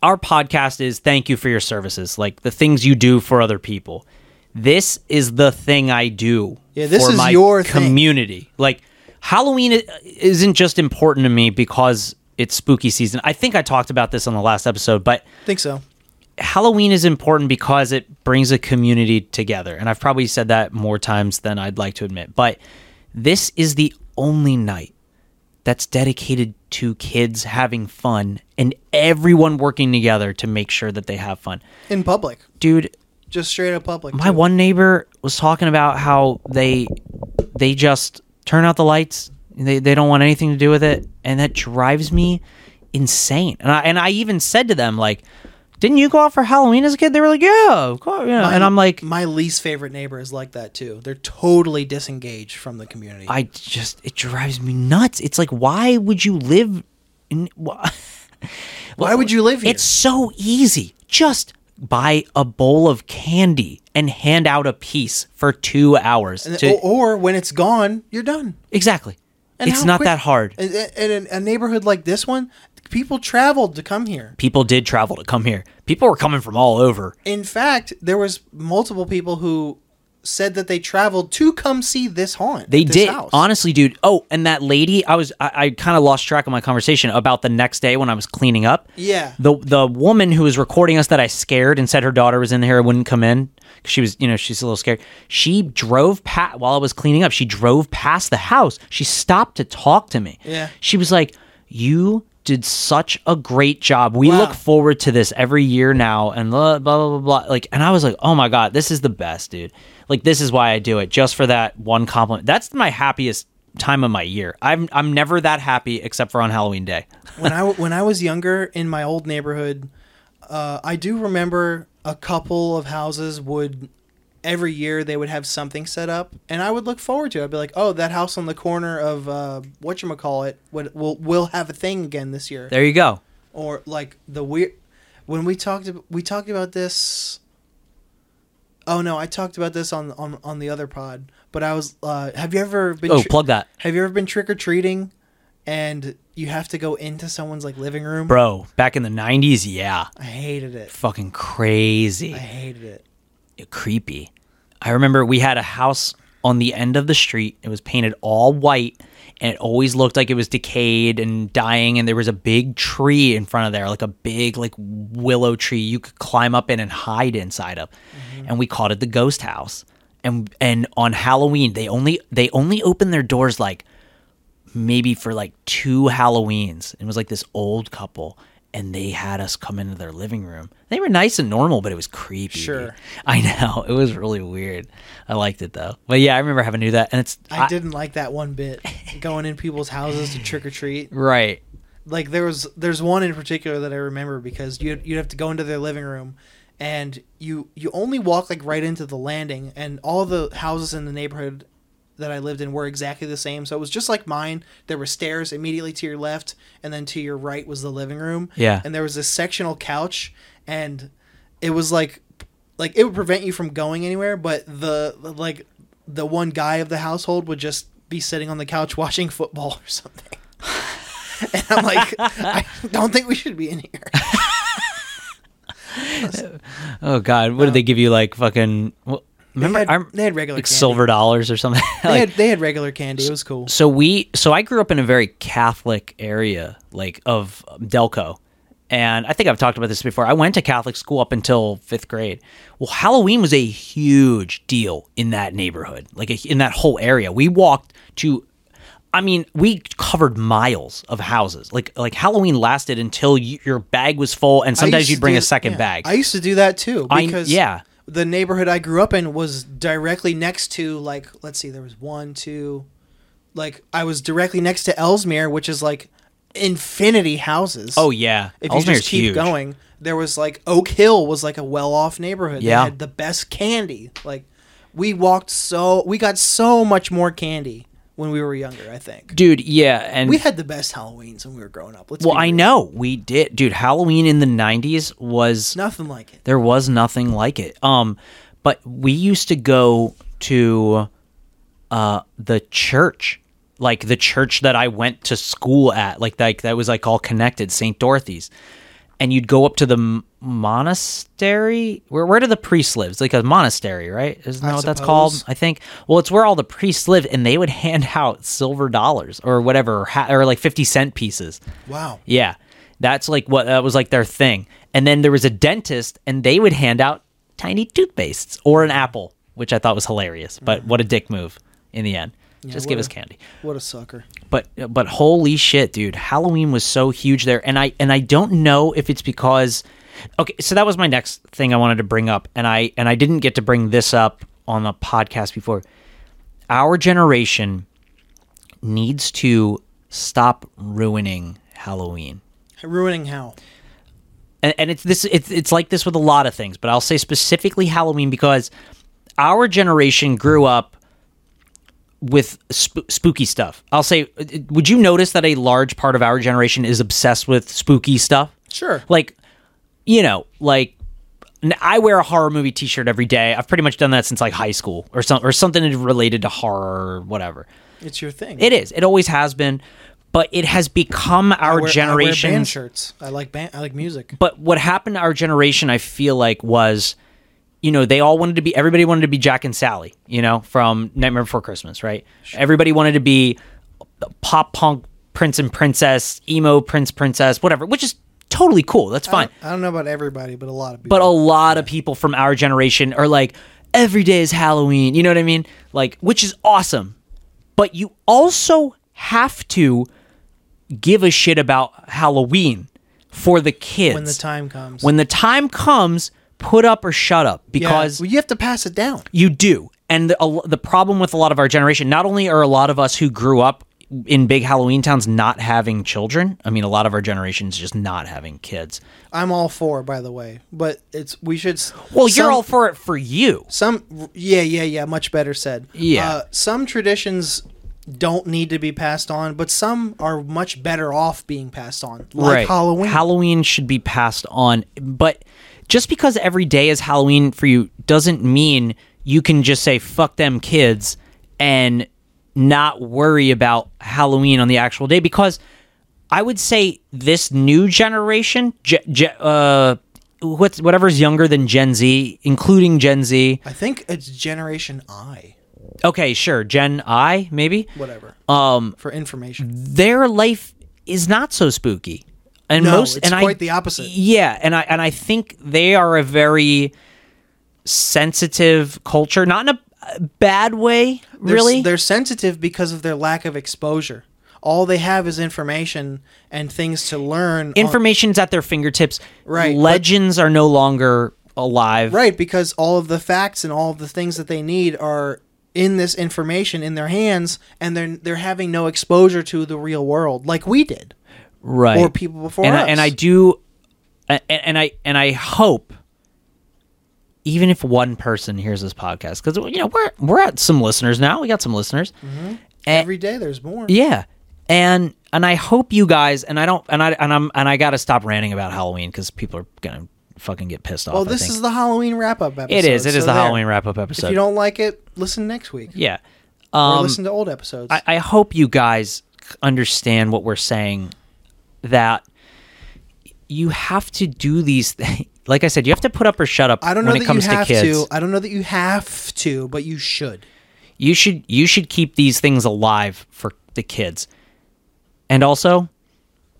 B: our podcast is thank you for your services, like the things you do for other people. This is the thing I do.
A: Yeah, this
B: for
A: is
B: my
A: your thing.
B: community. Like Halloween i- isn't just important to me because it's spooky season. I think I talked about this on the last episode, but
A: Think so.
B: Halloween is important because it brings a community together. And I've probably said that more times than I'd like to admit. But this is the only night that's dedicated to kids having fun and everyone working together to make sure that they have fun.
A: In public.
B: Dude,
A: just straight up public.
B: my
A: too.
B: one neighbor was talking about how they they just turn out the lights they, they don't want anything to do with it and that drives me insane and I, and I even said to them like didn't you go out for Halloween as a kid they were like yeah of course yeah. and I'm like
A: my least favorite neighbor is like that too. They're totally disengaged from the community.
B: I just it drives me nuts it's like why would you live in wh-
A: Why would you live here?
B: It's so easy. Just buy a bowl of candy and hand out a piece for two hours.
A: And-
B: to-
A: or, or when it's gone, you're done.
B: exactly.
A: And
B: it's
A: how
B: not
A: quick-
B: that hard.
A: And, and in a neighborhood like this one, people traveled to come here.
B: People did travel to come here. People were coming from all over.
A: In fact, there was multiple people who said that they traveled to come see this haunt.
B: They
A: this
B: did.
A: house.
B: Honestly, dude. Oh, and that lady, I was I, I kind of lost track of my conversation about the next day when I was cleaning up.
A: Yeah.
B: The the woman who was recording us that I scared and said her daughter was in here and wouldn't come in. 'cause She was, you know, she's a little scared. She drove past while I was cleaning up. She drove past the house. She stopped to talk to me.
A: Yeah.
B: She was like, "You did such a great job. We
A: Wow.
B: look forward to this every year now." And blah blah blah blah. blah. Like, and I was like, "Oh my god, this is the best, dude! Like, this is why I do it just for that one compliment. That's my happiest." time of my year. I'm I'm never that happy except for on Halloween day.
A: when I when I was younger in my old neighborhood, uh, I do remember a couple of houses would every year they would have something set up, and I would look forward to. it. I'd be like, "Oh, that house on the corner of uh, what you call it would will will have a thing again this year,"
B: There you go.
A: or like the weird. When we talked, ab- we talked about this. Oh no, I talked about this on on, on the other pod. But I was, uh, have you ever been?
B: Oh,
A: tri-
B: plug that.
A: Have you ever been trick or treating, and you have to go into someone's like living room?
B: Bro, back in the 90s, yeah.
A: I hated it.
B: Fucking crazy.
A: I hated it.
B: Creepy. I remember we had a house on the end of the street. It was painted all white and it always looked like it was decayed and dying and there was a big tree in front of there, like a big like willow tree you could climb up in and hide inside of. And we called it the ghost house. And and on Halloween, they only they only opened their doors like maybe for like two Halloweens. It was like this old couple, and they had us come into their living room. They were nice and normal, but it was creepy.
A: Sure.
B: I know it was really weird. I liked it though. But yeah, I remember having to do that, and it's
A: I, didn't like that one bit. Going in people's houses to trick or treat.
B: right.
A: Like there was there's one in particular that I remember because you you'd have to go into their living room and you you only walk like right into the landing and all the houses in the neighborhood that I lived in were exactly the same. So it was just like mine. There were stairs immediately to your left and then to your right was the living room.
B: Yeah.
A: And there was this sectional couch and it was like like it would prevent you from going anywhere but the like the one guy of the household would just be sitting on the couch watching football or something and i'm like i don't think we should be in here
B: Oh God, what did they give you? Like fucking. Well, remember,
A: they had,
B: I'm
A: they had regular
B: like
A: candy.
B: silver dollars or something.
A: they,
B: Like-
A: had, they had regular candy it was cool
B: so we so i grew up in a very catholic area like of delco and i think i've talked about this before i went to catholic school up until fifth grade well halloween was a huge deal in that neighborhood like in that whole area we walked to I mean, we covered miles of houses. Like, like Halloween lasted until you, your bag was full, and
A: I used
B: sometimes
A: to
B: you'd bring
A: do-
B: a second
A: yeah.
B: bag.
A: i used to do that too
B: I-
A: because
B: yeah.
A: the neighborhood i grew up in was directly next to like let's see there was one two like i was directly next to ellesmere which is like infinity houses
B: oh yeah,
A: if you
B: Ellesmere's
A: just keep
B: huge.
A: going, there was like Oak Hill was like a well-off neighborhood.
B: Yeah.
A: They had the best candy. Like we walked so we got so much more candy when we were younger, I think.
B: dude. Yeah, and
A: We had the best Halloweens when we were growing up. Let's
B: Mm. well,
A: be
B: I
A: real.
B: know we did, dude. Halloween in the '90s was
A: nothing like it.
B: There was nothing like it. Um, but we used to go to uh the church, like the church that I went to school at, like like that was like all connected, St. Dorothy's. And you'd go up to the m- monastery. Where where do the priests live? It's like a monastery, right? Isn't that
A: I
B: what that's called?
A: suppose.
B: I think. Well, it's where all the priests live, and they would hand out silver dollars or whatever, or, ha- or like fifty cent pieces.
A: Wow.
B: Yeah. That's like what that was like their thing. And then there was a dentist and they would hand out tiny toothpastes or an apple, which I thought was hilarious. But what a dick move in the end. Just give
A: Mm. what
B: us
A: a-
B: candy.
A: What a sucker.
B: But but holy shit, dude. Halloween was so huge there and I and I don't know if it's because Okay, so that was my next thing I wanted to bring up, and I and I didn't get to bring this up on the podcast before. Our generation needs to stop ruining Halloween.
A: Ruining how?
B: and, and it's this it's it's like this with a lot of things, but I'll say specifically Halloween because our generation grew up with sp- spooky stuff. I'll say, uh, would you notice that a large part of our generation is obsessed with spooky stuff?
A: Sure.
B: Like, you know, like n- I wear a horror movie T-shirt every day. I've pretty much done that since like high school or some or something related to horror or whatever.
A: It's your thing.
B: It is. It always has been, but it has become
A: I
B: our
A: wear- I wear band
B: generation's
A: shirts. I like band. I like music.
B: but what happened to our generation, I feel like, was, you know, they all wanted to be, everybody wanted to be Jack and Sally, you know, from Nightmare Before Christmas, right? Everybody wanted to be pop punk prince and princess, emo prince, princess, whatever, which is totally cool. That's fine.
A: I don't know about everybody, but a lot of people.
B: But a lot of people from our generation are like, every day is Halloween. You know what I mean? Like, which is awesome. But you also have to give a shit about Halloween for the kids
A: when the time comes,
B: when the time comes, put up or shut up
A: Yeah.
B: because
A: well, you have to pass it down.
B: you do. And the, a lo- the problem with a lot of our generation, not only are a lot of us who grew up in big Halloween towns not having children, I mean, a lot of our generation's just not having kids.
A: I'm all for, by the way, but it's we should. s-
B: Well,
A: some-
B: you're all for it for you.
A: Some yeah, yeah, yeah, much better said.
B: Yeah.
A: Uh, some traditions don't need to be passed on, but some are much better off being passed on. Like Halloween.
B: Halloween should be passed on, but just because every day is Halloween for you doesn't mean you can just say fuck them kids and not worry about Halloween on the actual day because I would say this new generation ge- ge- uh what's whatever's younger than Gen Z, including Gen Z.
A: I think it's Generation I,
B: Okay, sure, Gen I maybe.
A: whatever.
B: Um
A: for information.
B: their life is not so spooky. And
A: No,
B: most
A: it's
B: and I-
A: quite the opposite.
B: Yeah, and I and I think they are a very sensitive culture, not in a a bad way,
A: They're s-
B: really.
A: They're sensitive because of their lack of exposure. All they have is information and things to learn. on-
B: Information's at their fingertips.
A: Right, but-
B: Legends are no longer alive.
A: Right, because all of the facts and all of the things that they need are in this information in their hands and they're they're having no exposure to the real world like we did.
B: Right.
A: or people before
B: and
A: us.
B: I, and I do, and, and I and I hope, even if one person hears this podcast, because you know we're we're at some listeners now. We got some listeners. And-
A: every day there's more.
B: Eh. Yeah, and and I hope you guys and I don't and I and I'm and I gotta stop ranting about Halloween because people are gonna fucking get pissed off.
A: well,
B: I
A: Oh, this
B: think.
A: is the Halloween wrap up episode.
B: it is it is
A: so
B: the
A: there.
B: Halloween wrap up
A: If
B: episode.
A: you don't like it, listen next week
B: yeah,
A: or
B: um,
A: listen to old episodes.
B: I, I hope you guys understand what we're saying. That you have to do these. Th- like I said, you have to put up or shut up.
A: I don't know
B: when
A: that
B: it comes
A: you have
B: to
A: to,
B: kids.
A: I don't know that you have to, but you should.
B: you should you should keep these things alive for the kids and also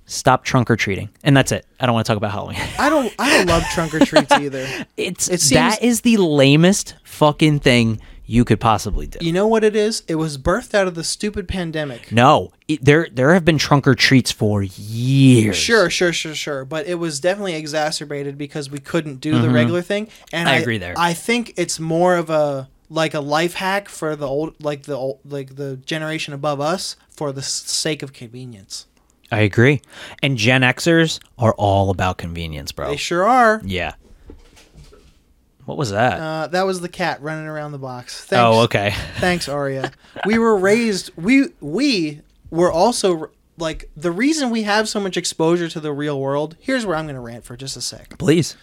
B: stop trunk or treating and that's it i don't want to talk about halloween
A: I don't. I don't love trunk or treats either.
B: it's
A: It seems-
B: that is the lamest fucking thing you could possibly do
A: You know what it is? It was birthed out of the stupid pandemic.
B: no it- there there have been trunk or treats for years
A: Sure, sure, sure, sure. But it was definitely exacerbated because we couldn't do the regular thing. And
B: Mm-hmm. I agree there.
A: I think it's more of a like a life hack for the old, like the old, like the generation above us, for the s- sake of convenience.
B: i agree and gen xers are all about convenience bro
A: They sure are.
B: yeah what was that
A: Uh, that was the cat running around the box. Thanks.
B: oh okay
A: Thanks, Arya. we were raised. We we were also like the reason we have so much exposure to the real world. Here's where I'm going to rant for just a sec.
B: please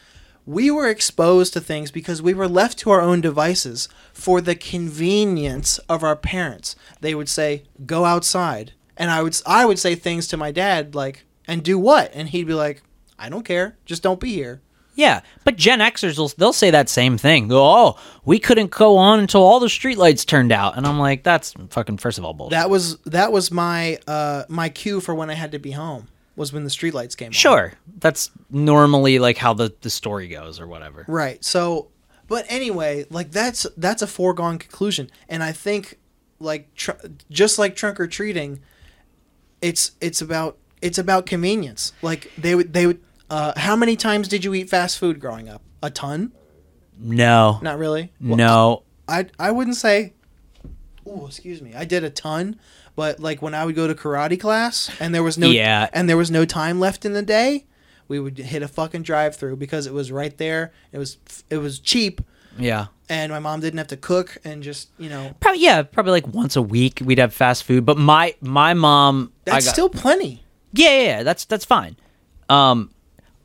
A: We were exposed to things because we were left to our own devices for the convenience of our parents. They would say, "Go outside," and I would s- I would say things to my dad like, "And do what?" And he'd be like, "I don't care. Just don't be here."
B: Yeah, but Gen Xers will they'll say that same thing. Oh, we couldn't go on until all the streetlights turned out, and I'm like, that's fucking first of all bullshit.
A: That was that was my uh my cue for when I had to be home was when the streetlights came on.
B: sure, that's normally like how the the story goes or whatever.
A: Right. So, but anyway, like that's that's a foregone conclusion, and I think like tr- just like trunk or treating, it's it's about it's about convenience. Like they would they would Uh, how many times did you eat fast food growing up? A ton?
B: No.
A: Not really.
B: no.
A: I I wouldn't say. Oh, excuse me. I did a ton, but like when I would go to karate class and there was no
B: Yeah.
A: and there was no time left in the day, we would hit a fucking drive through because it was right there. It was it was cheap,
B: Yeah.
A: and my mom didn't have to cook and just you know
B: Probably yeah, probably like once a week we'd have fast food, but my my mom I
A: that's
B: got-
A: still plenty.
B: Yeah, yeah, yeah, that's that's fine. Um,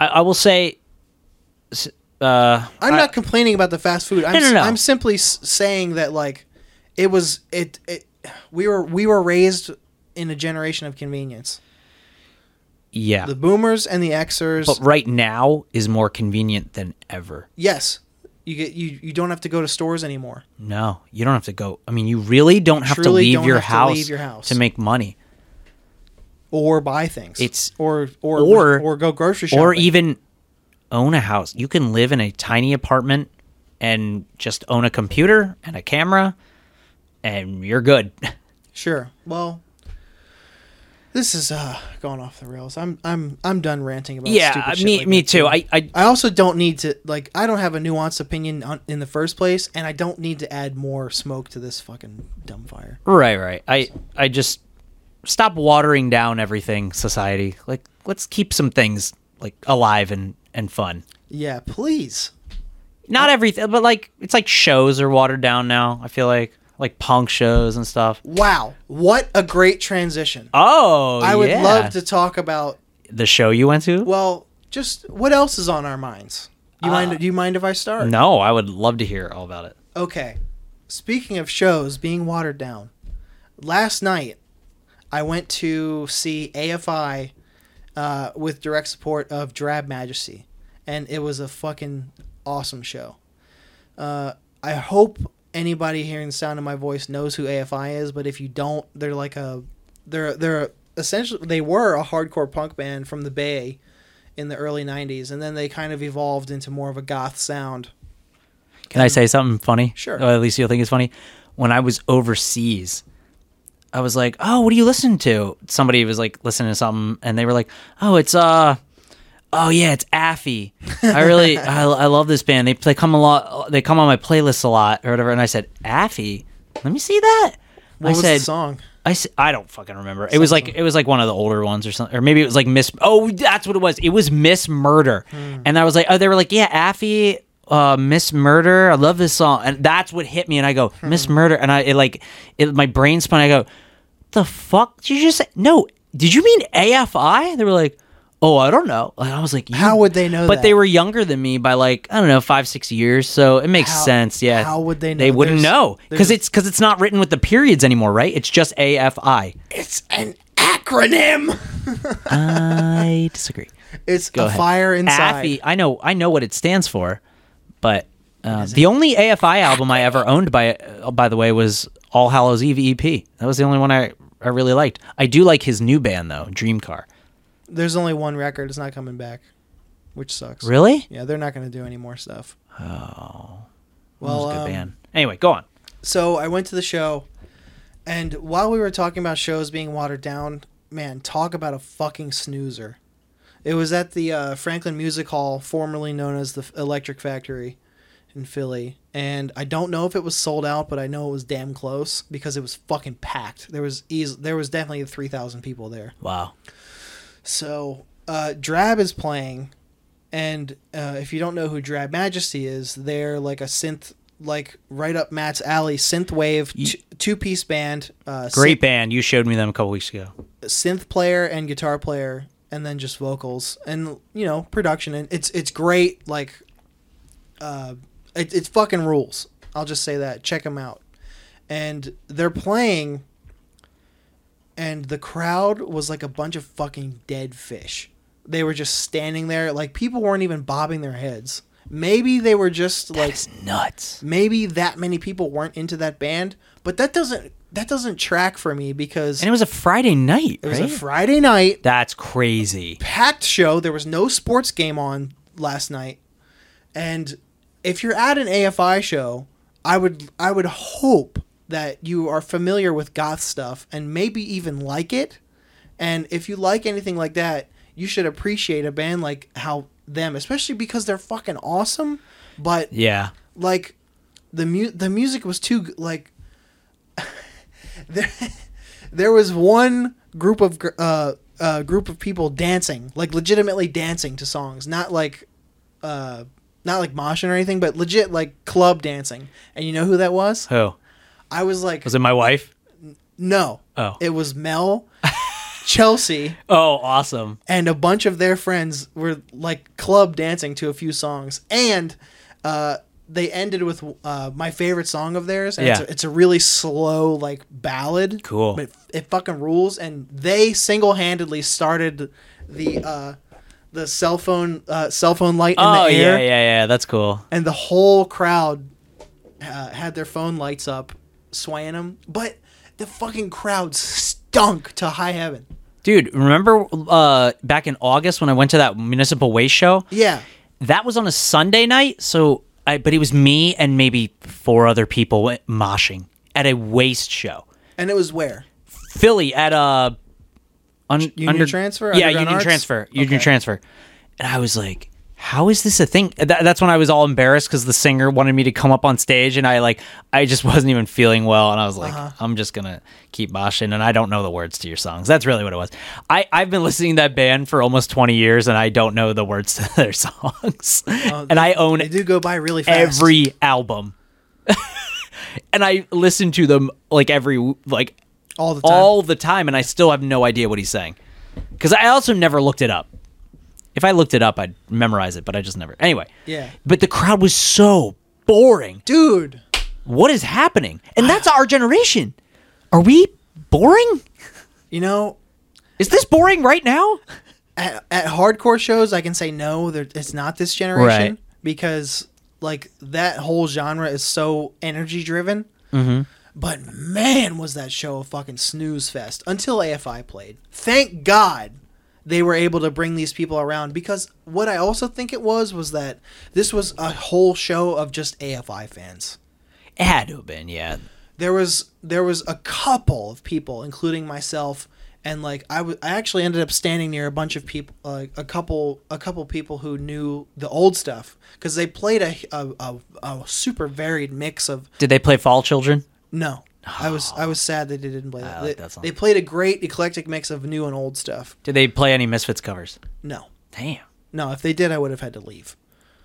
B: I, I will say, s- uh,
A: I'm
B: I-
A: not complaining about the fast food. I'm,
B: No, no,
A: s-
B: no.
A: I'm simply s- saying that like it was it it we were we were raised in a generation of convenience.
B: yeah,
A: The boomers and the Xers.
B: but right now is more convenient than ever.
A: Yes. You get you, you don't have to go to stores anymore.
B: No, you don't have to go. I mean, you really don't have
A: Truly
B: to leave
A: don't
B: your
A: have to
B: house
A: leave your house.
B: to make money,
A: Or buy things.
B: It's-
A: or or
B: or-
A: or, go grocery shopping.
B: or even own a house. You can live in a tiny apartment and just own a computer and a camera, and you're good.
A: Sure. Well this is uh going off the rails. I'm I'm I'm done ranting about
B: yeah, uh,
A: stupid shit
B: me
A: like
B: me
A: that,
B: too. I, I
A: I also don't need to like I don't have a nuanced opinion on, in the first place, and I don't need to add more smoke to this fucking dumb fire.
B: Right, right. I I just stop watering down everything, society. Like let's keep some things like alive and and fun.
A: Yeah, please.
B: Not
A: Uh,
B: everything, but like it's like shows are watered down now. I feel like like punk shows and stuff.
A: Wow, what a great transition.
B: Oh,
A: I would
B: yeah.
A: love to talk about
B: the show you went to.
A: well, just what else is on our minds. You mind? Do you mind if I start?
B: No, I would love to hear all about it.
A: Okay. Speaking of shows being watered down, last night I went to see AFI uh, with direct support of Drab Majesty, and it was a fucking awesome show. Uh, I hope anybody hearing the sound of my voice knows who AFI is, but if you don't, they're like a they're they're essentially they were a hardcore punk band from the Bay in the early '90s, and then they kind of evolved into more of a goth sound.
B: Can I say something funny?
A: Sure.
B: Or at least you'll think it's funny. When I was overseas, I was like, "Oh, what do you listen to?" Somebody was like listening to something, and they were like, "Oh, it's uh, oh yeah, it's Affy. I really, I, I love this band. They they come a lot. They come on my playlist a lot or whatever." And I said, "Affy, let me see that."
A: What
B: I
A: was
B: said,
A: the song?
B: I, s- I don't fucking remember. It was like it was like one of the older ones or something, or maybe it was like Miss. Oh, that's what it was. It was Miss Murder,
A: Hmm.
B: and I was like, oh, they were like, yeah, Affy, uh, Miss Murder. I love this song, and that's what hit me. And I go,
A: Hmm.
B: Miss Murder, and I it like it, my brain spun. I go, the fuck did you just say? No, did you mean AFI? They were like, oh, I don't know. And I was like, you-
A: How would they know
B: But
A: that?
B: they were younger than me by like I don't know five six years, so it makes
A: How-
B: sense. Yeah,
A: how would they know?
B: They wouldn't
A: There's-
B: know because
A: there's-
B: it's because it's not written with the periods anymore, right? It's just AFI.
A: It's an acronym.
B: I disagree.
A: It's a
B: ahead.
A: fire inside.
B: AFI. I know. I know what it stands for, but uh, the only AFI album I ever owned by uh, by the way was All Hallows Eve EP. That was the only one I I really liked. I do like his new band though, Dream Car.
A: There's only one record. It's not coming back, which sucks.
B: Really?
A: Yeah, they're not going to do any more stuff. Oh.
B: That
A: Well,
B: was a good
A: um,
B: band. Anyway, go on.
A: so I went to the show, and while we were talking about shows being watered down, man, talk about a fucking snoozer. It was at the uh, Franklin Music Hall, formerly known as the Electric Factory in Philly. And I don't know if it was sold out, but I know it was damn close because it was fucking packed. There was eas- there was definitely 3,000 people there.
B: Wow.
A: So uh, Drab is playing, and uh, if you don't know who Drab Majesty is, they're like a synth, like right up Matt's alley, synth wave, two piece band. Uh,
B: Great band. You showed me them a couple weeks ago.
A: synth player and guitar player and then just vocals and you know production and it's it's great like uh it, it's fucking rules i'll just say that check them out and they're playing and the crowd was like a bunch of fucking dead fish they were just standing there like people weren't even bobbing their heads maybe they were just like
B: It's nuts.
A: maybe that many people weren't into that band but that doesn't that doesn't track for me because
B: And it was a Friday night,
A: it was
B: right?
A: a Friday night
B: That's crazy.
A: packed show. There was no sports game on last night. And if you're at an AFI show, I would I would hope that you are familiar with goth stuff and maybe even like it. And if you like anything like that, you should appreciate a band like how them, especially because they're fucking awesome. But
B: Yeah.
A: like the mu- the music was too g- like there there was one group of gr- uh, uh group of people dancing like legitimately dancing to songs not like uh not like moshing or anything but legit like club dancing and you know who that was
B: Who?
A: i was like
B: Was it my wife?
A: no
B: Oh.
A: it was mel chelsea
B: Oh, awesome.
A: and a bunch of their friends were like club dancing to a few songs and uh, they ended with uh, my favorite song of theirs and it's,
B: Yeah.
A: a, it's a really slow like ballad
B: Cool.
A: but it, it fucking rules and they single-handedly started the uh, the cell phone uh, cell phone light in
B: Oh,
A: the
B: yeah,
A: air
B: yeah, yeah. That's cool.
A: and the whole crowd uh, had their phone lights up swaying them but the fucking crowd stunk to high heaven
B: Dude, remember uh, back in August when I went to that municipal waste show?
A: yeah
B: That was on a Sunday night, so I but it was me and maybe four other people went moshing at a waste show.
A: and it was where
B: Philly at a un,
A: Union Transfer?
B: Yeah,
A: Underground
B: Union
A: Arts?
B: Transfer. Union Transfer. And I was like, how is this a thing? Th- that's when I was all embarrassed because the singer wanted me to come up on stage, and I like, I just wasn't even feeling well, and I was like,
A: Uh-huh.
B: I'm just gonna keep moshing, and I don't know the words to your songs. That's really what it was. I I've been listening to that band for almost 20 years, and I don't know the words to their songs, and I own
A: Oh, they do go by really fast
B: every album, and I listen to them like every like
A: all the time.
B: all the time, and I still have no idea what he's saying. Because I also never looked it up. If I looked it up, I'd memorize it, but I just never. Anyway.
A: Yeah.
B: But the crowd was so boring.
A: Dude,
B: What is happening? And that's our generation. Are we boring?
A: you know,
B: Is this boring right now?
A: at, at hardcore shows, I can say no, there, it's not this generation
B: Right.
A: because like that whole genre is so energy driven. Mm-hmm. But man, was that show a fucking snooze fest until AFI played. Thank God they were able to bring these people around because what I also think it was was that this was a whole show of just AFI fans.
B: It had to have been, yeah.
A: there was there was a couple of people, including myself, and like I wa- I actually ended up standing near a bunch of people, uh, a couple a couple people who knew the old stuff because they played a, a a a super varied mix of
B: Did they play Fall Children?
A: no. I was I was sad that they didn't play that.
B: like
A: they,
B: that song.
A: they played a great eclectic mix of new and old stuff.
B: Did they play any Misfits covers?
A: No,
B: Damn.
A: no. If they did, I would have had to leave.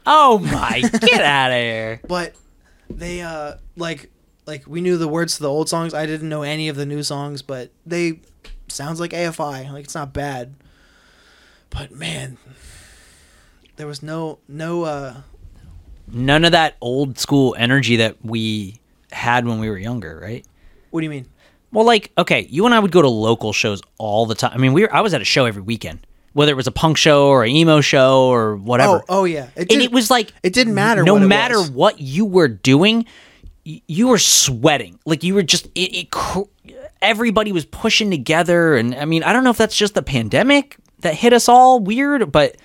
B: Oh my, get out of here.
A: but they uh like like we knew the words to the old songs. I didn't know any of the new songs, but they sounds like AFI. Like it's not bad. But man, there was no no uh
B: None of that old school energy that we had when we were younger, right?
A: what do you mean?
B: Well, like, okay, you and I would go to local shows all the time. I mean, we were, I was at a show every weekend, whether it was a punk show or an emo show or whatever.
A: Oh, oh yeah. It
B: and it was like
A: it didn't matter
B: No
A: what it
B: matter
A: was.
B: what you were doing, y- you were sweating. Like you were just it, it. cr- Everybody was pushing together, and I mean, I don't know if that's just the pandemic that hit us all weird, but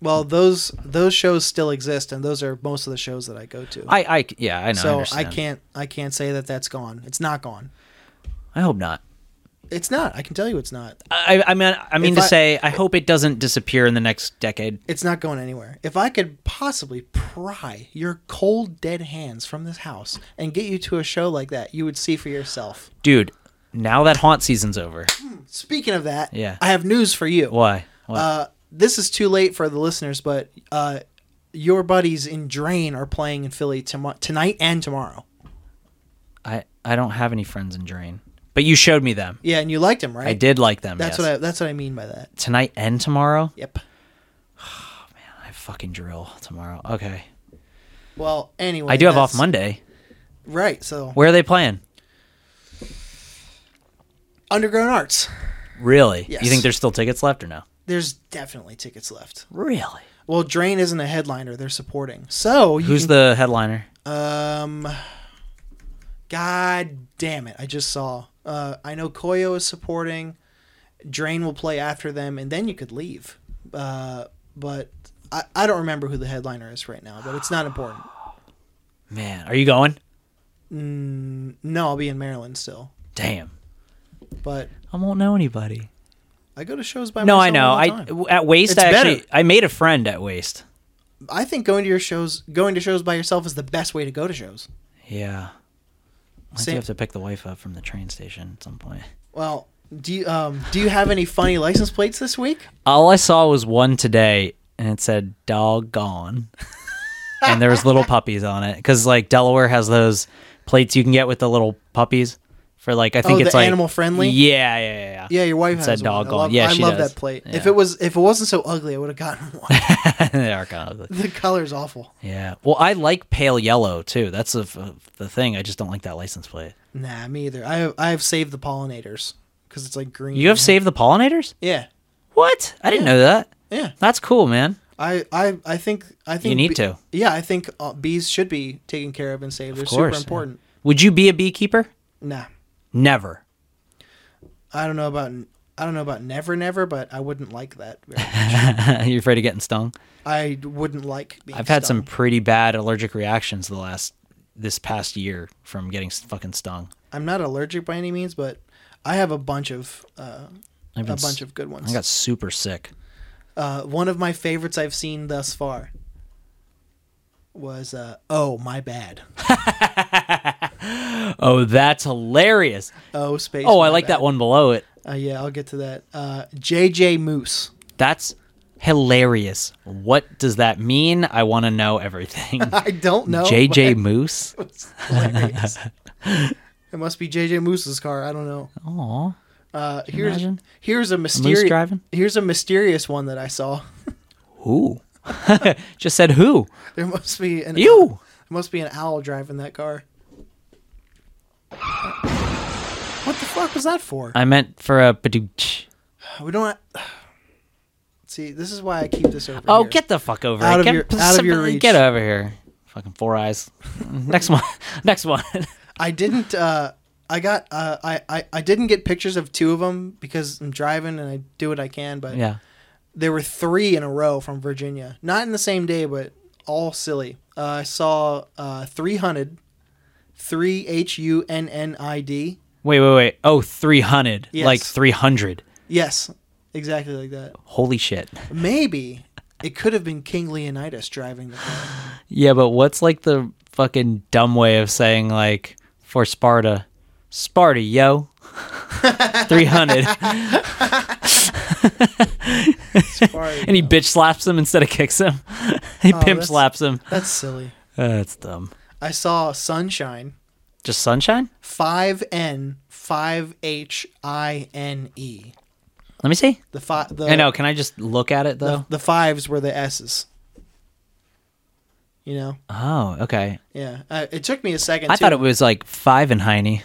A: well, those those shows still exist and those are most of the shows that I go to.
B: I, I, yeah, I know. I,
A: so I,
B: understand.
A: can't I can't say that that's gone. It's not gone.
B: I hope not.
A: It's not. I can tell you it's not.
B: I, I mean, I mean
A: If
B: to
A: I-
B: say, I hope it doesn't disappear in the next decade.
A: It's not going anywhere. If I could possibly pry your cold, dead hands from this house and get you to a show like that, you would see for yourself.
B: Dude, now that haunt season's over.
A: Speaking of that,
B: Yeah.
A: I have news for you.
B: Why? Why?
A: Uh, this is too late for the listeners, but uh, your buddies in Drain are playing in Philly tomo- tonight and tomorrow.
B: I I don't have any friends in Drain, but you showed me them.
A: Yeah, and you liked him, right?
B: I did like them.
A: That's
B: yes.
A: what I. That's what I mean by that.
B: Tonight and tomorrow.
A: Yep.
B: I fucking drill tomorrow. Okay.
A: Well, anyway,
B: I do have off
A: that's-
B: Monday.
A: Right. So
B: Where are they playing?
A: Underground Arts.
B: Really?
A: Yes.
B: You think there's still tickets left or no?
A: There's definitely tickets left.
B: Really?
A: Well, Drain isn't a headliner; they're supporting. So you
B: Who's
A: can
B: the headliner?
A: Um, God damn it! I just saw. Uh, I know Koyo is supporting. Drain will play after them, and then you could leave. Uh, but I, I don't remember who the headliner is right now, but it's not important.
B: Man, are you going?
A: No, I'll be in Maryland still.
B: Damn.
A: But
B: I won't know anybody.
A: I go to shows by
B: No,
A: myself.
B: I know.
A: all the
B: I
A: time.
B: w- at Waste
A: It's
B: I actually
A: better.
B: I made a friend at Waste.
A: I think going to your shows, going to shows by yourself is the best way to go to shows.
B: Yeah. I do
A: Same-
B: have to pick the wife up from the train station at some point.
A: Well, do you, um, do you have any funny license plates this week?
B: All I saw was one today, and it said "doggone," and there was little puppies on it because like Delaware has those plates you can get with the little puppies for like I think
A: Oh,
B: it's
A: the
B: like
A: animal-friendly?
B: Yeah, yeah, yeah, yeah.
A: Yeah, your wife
B: It
A: has
B: said
A: one.
B: doggone.
A: I love,
B: yeah,
A: I
B: she
A: love
B: does.
A: that plate.
B: Yeah.
A: If it was, if it wasn't so ugly, I would have gotten one.
B: they are kind of ugly.
A: the color's awful.
B: Yeah. Well, I like pale yellow too. That's the f- the thing. I just don't like that license plate.
A: Nah, me either. I have, I have saved the pollinators because it's like green.
B: You have saved the pollinators?
A: Yeah,
B: What? I didn't know that.
A: yeah.
B: That's cool, man.
A: I, I, I think I think
B: need to.
A: Yeah, I think uh, bees should be taken care of and saved. They're
B: Of course.
A: super important.
B: Would you be a beekeeper?
A: Nah,
B: Never.
A: I don't know about I don't know about never never, but I wouldn't like that. very much.
B: You're afraid of getting stung?
A: I wouldn't like. Being
B: I've had
A: stung.
B: some pretty bad allergic reactions the last this past year from getting s- fucking stung.
A: I'm not allergic by any means, but I have a bunch of uh, a
B: I've been s-
A: bunch of good ones.
B: I got super sick.
A: uh, one of my favorites I've seen thus far was uh, "Oh My Bad."
B: Oh, that's hilarious.
A: Oh space.
B: Oh, I
A: my
B: like
A: bad.
B: that one below it.
A: Uh, yeah, I'll get to that. Uh, JJ Moose.
B: That's hilarious. What does that mean? I want to know everything.
A: I don't know.
B: JJ Moose?
A: but it's hilarious. it must be JJ Moose's car. I don't know.
B: Aw.
A: Uh, here's
B: Oh, imagine?
A: here's a
B: moose
A: mysterious
B: driving?
A: here's a mysterious one that I saw.
B: Who? Just said who?
A: There must be an
B: You.
A: There must be an owl driving that car. What the fuck was that for?
B: I meant for a badooch.
A: We don't. See, this is why I keep this over.
B: Oh,
A: here.
B: get the fuck over
A: Out
B: here.
A: of
B: get,
A: your- out of your reach.
B: Get over here. Fucking four eyes. Next one. Next one.
A: I didn't. Uh, I got. Uh, I, I I didn't get pictures of two of them because I'm driving and I do what I can. But
B: yeah.
A: there were three in a row from Virginia. Not in the same day, but all silly. Uh, I saw uh, three hundred, three H U N N I D.
B: Wait, wait, wait. Oh, 300.
A: Yes.
B: Like 300.
A: Yes, exactly like that.
B: Holy shit.
A: Maybe it could have been King Leonidas driving the car.
B: Yeah, but what's like the fucking dumb way of saying like for Sparta? Sparta, yo. 300.
A: Sorry.
B: and he bitch slaps him instead of kicks him. he pimp
A: Oh, that's-
B: slaps him.
A: That's silly.
B: Uh, that's dumb.
A: I saw sunshine.
B: Just sunshine?
A: Five N five H I N E.
B: Let me see.
A: The five. The,
B: I know. Can I just look at it though?
A: The, the fives were the S's. You know.
B: Oh, okay.
A: Yeah. Uh, it took me a second.
B: I
A: too.
B: thought it was like five and Heine.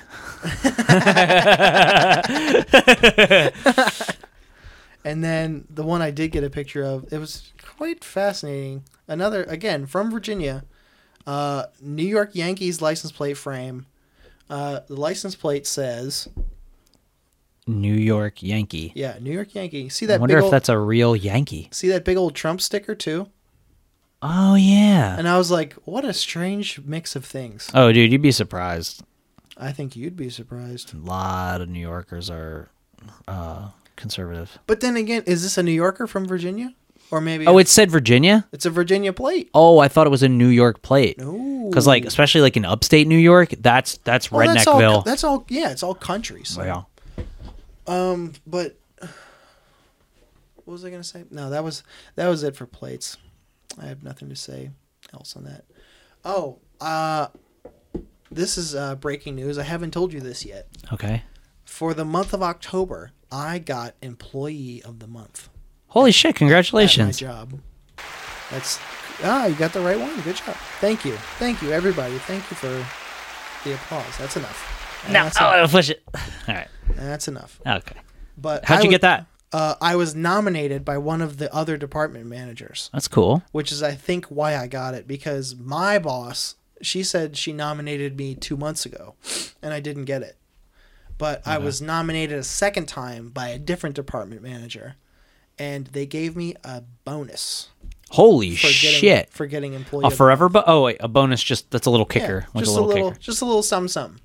A: And then the one I did get a picture of, it was quite fascinating. Another, again, from Virginia, uh, New York Yankees license plate frame. Uh, the license plate says,
B: New York Yankee.
A: yeah, New York Yankee. See
B: I
A: that
B: wonder
A: big
B: if
A: old,
B: that's a real Yankee.
A: see that big old Trump sticker too?
B: Oh yeah.
A: And I was like, what a strange mix of things.
B: Oh dude, you'd be surprised.
A: I think you'd be surprised.
B: A lot of New Yorkers are uh, conservative.
A: But then again, is this a New Yorker from Virginia? Or maybe
B: Oh, it said Virginia.
A: it's a Virginia plate.
B: Oh, I thought it was a New York plate.
A: No.
B: Because like, especially like in upstate New York, that's that's
A: Well, Oh, that's all-
B: Redneckville.
A: That's all, yeah, it's all countries.
B: yeah.
A: Um, but what was I gonna say? No, that was that was it for plates. I have nothing to say else on that. Oh, uh, this is uh, breaking news. I haven't told you this yet.
B: Okay.
A: For the month of October, I got employee of the month
B: Holy shit!
A: at my
B: Congratulations.
A: job. That's ah, you got the right one. Good job. Thank you, thank you, everybody. Thank you for the applause. That's enough. And
B: No,
A: that's,
B: oh,
A: en-
B: I'll push it. All right.
A: that's enough.
B: Okay.
A: But
B: How'd
A: I
B: you
A: was-
B: get that?
A: uh, I was nominated by one of the other department managers,
B: That's cool.
A: which is I think why I got it because my boss she said she nominated me two months ago, and I didn't get it. But I was nominated a second time by a different department manager, and they gave me a bonus
B: Holy
A: for getting
B: shit.
A: for getting employee
B: A
A: of the
B: forever, but oh wait, a bonus. Just that's a little
A: yeah,
B: kicker, like
A: just
B: a little,
A: a little,
B: kicker.
A: just a little sum sum.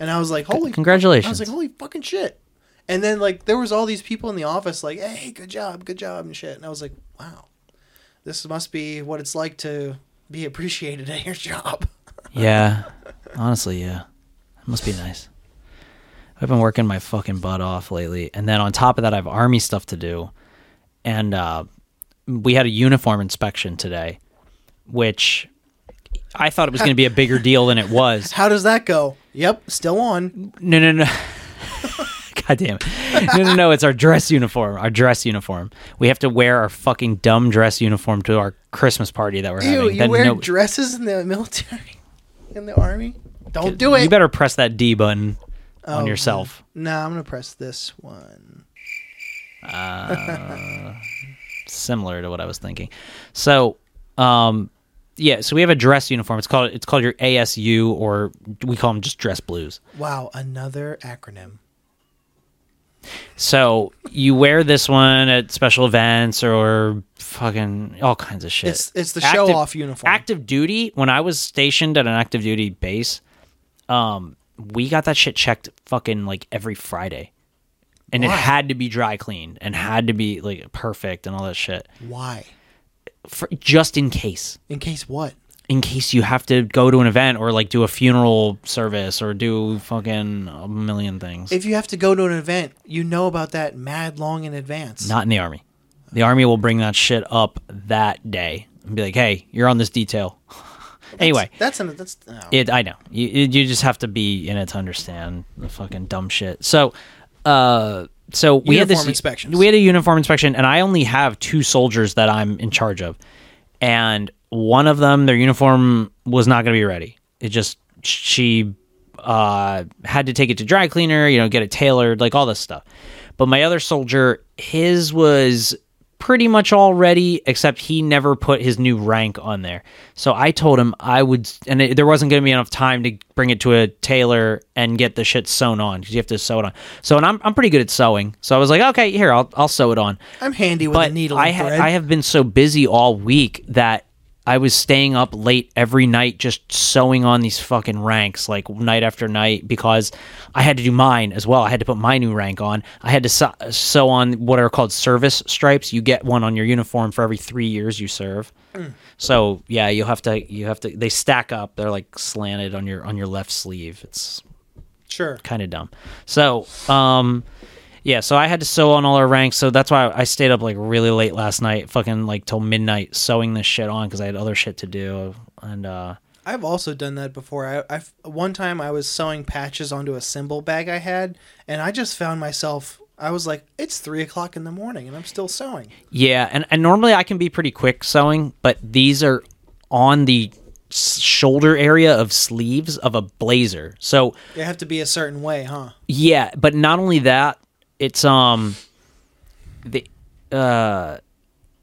A: And I was like, holy,
B: Congratulations.
A: I was like, holy fucking shit. And then like there was all these people in the office like, "Hey, good job, good job," and shit. And I was like, "Wow, this must be what it's like to be appreciated at your job."
B: Yeah. Honestly, yeah. It must be nice. I've been working my fucking butt off lately. And then on top of that, I have army stuff to do. And uh, we had a uniform inspection today, which I thought it was going to be a bigger deal than it was.
A: How does that go? Yep, still on.
B: No, no, no. God damn it. No, no, no. It's our dress uniform. Our dress uniform. We have to wear our fucking dumb dress uniform to our Christmas party that we're
A: Ew,
B: having.
A: you
B: That
A: wear
B: no-
A: dresses in the military, in the army. Don't do
B: You
A: it. Oh,
B: better press that D button on yourself.
A: Nah, I'm gonna press this one.
B: similar to what I was thinking. So, um, yeah, so we have a dress uniform. It's called it's called your ASU, or we call them just dress blues.
A: Wow, another acronym.
B: So you wear this one at special events or fucking all kinds of shit.
A: It's- it's the show-off uniform.
B: Active duty. When I was stationed at an active duty base, um, we got that shit checked fucking like every Friday, and it
A: Why?
B: had to be dry cleaned and had to be like perfect and all that shit,
A: Why?
B: for, just in case.
A: In case what?
B: in case you have to go to an event or like do a funeral service or do fucking a million things.
A: If you have to go to an event, you know about that mad long in advance.
B: Not in the army. The army will bring that shit up that day and be like, "Hey, you're on this detail." anyway,
A: That's an, that's no.
B: it I know you you you just have to be in it to understand the fucking dumb shit. So, uh, so we had this
A: Uniform inspections.
B: We had a uniform inspection, and I only have two soldiers that I'm in charge of, and one of them, their uniform was not going to be ready. It just she uh had to take it to dry cleaner, you know, get it tailored, like all this stuff. But my other soldier, his was pretty much all ready, except he never put his new rank on there. So I told him I would, and it, there wasn't going to be enough time to bring it to a tailor and get the shit sewn on because you have to sew it on. So, and I'm, I'm pretty good at sewing. So I was like, okay, here, I'll, I'll sew it on.
A: I'm handy with
B: But
A: a needle
B: I,
A: and
B: ha-
A: thread.
B: I have been so busy all week that I was staying up late every night just sewing on these fucking ranks, like night after night, because I had to do mine as well. I had to put my new rank on. I had to sew, sew on what are called service stripes. You get one on your uniform for every three years you serve.
A: Mm.
B: So yeah, you have to you have to they stack up. They're like slanted on your on your left sleeve. It's
A: sure.
B: kind of dumb. So, um, yeah, so I had to sew on all our ranks, so that's why I stayed up like really late last night, fucking like till midnight sewing this shit on because I had other shit to do, and uh,
A: I've also done that before. I, I've one time I was sewing patches onto a symbol bag I had, and I just found myself. I was like, it's three o'clock in the morning, and I'm still sewing.
B: yeah, and and normally I can be pretty quick sewing, but these are on the s- shoulder area of sleeves of a blazer, so
A: They have to be a certain way, huh?
B: Yeah, but not only that, it's um the uh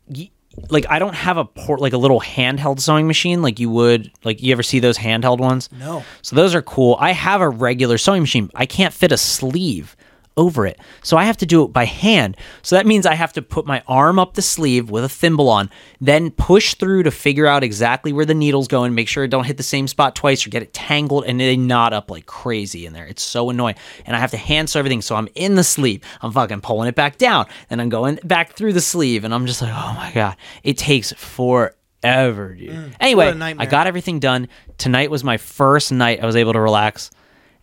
B: y- like I don't have a port like a little handheld sewing machine like you would like you ever see those handheld ones?
A: No.
B: So those are cool. I have a regular sewing machine. I can't fit a sleeve over it. So I have to do it by hand. So that means I have to put my arm up the sleeve with a thimble on, then push through to figure out exactly where the needles go and make sure it don't hit the same spot twice or get it tangled and they knot up like crazy in there. It's so annoying. And I have to hand sew everything. So I'm in the sleeve. I'm fucking pulling it back down and I'm going back through the sleeve and I'm just like, oh my God. It takes forever, dude. anyway,
A: Mm. what a nightmare.
B: I got got everything done. Tonight was my first night I was able to relax.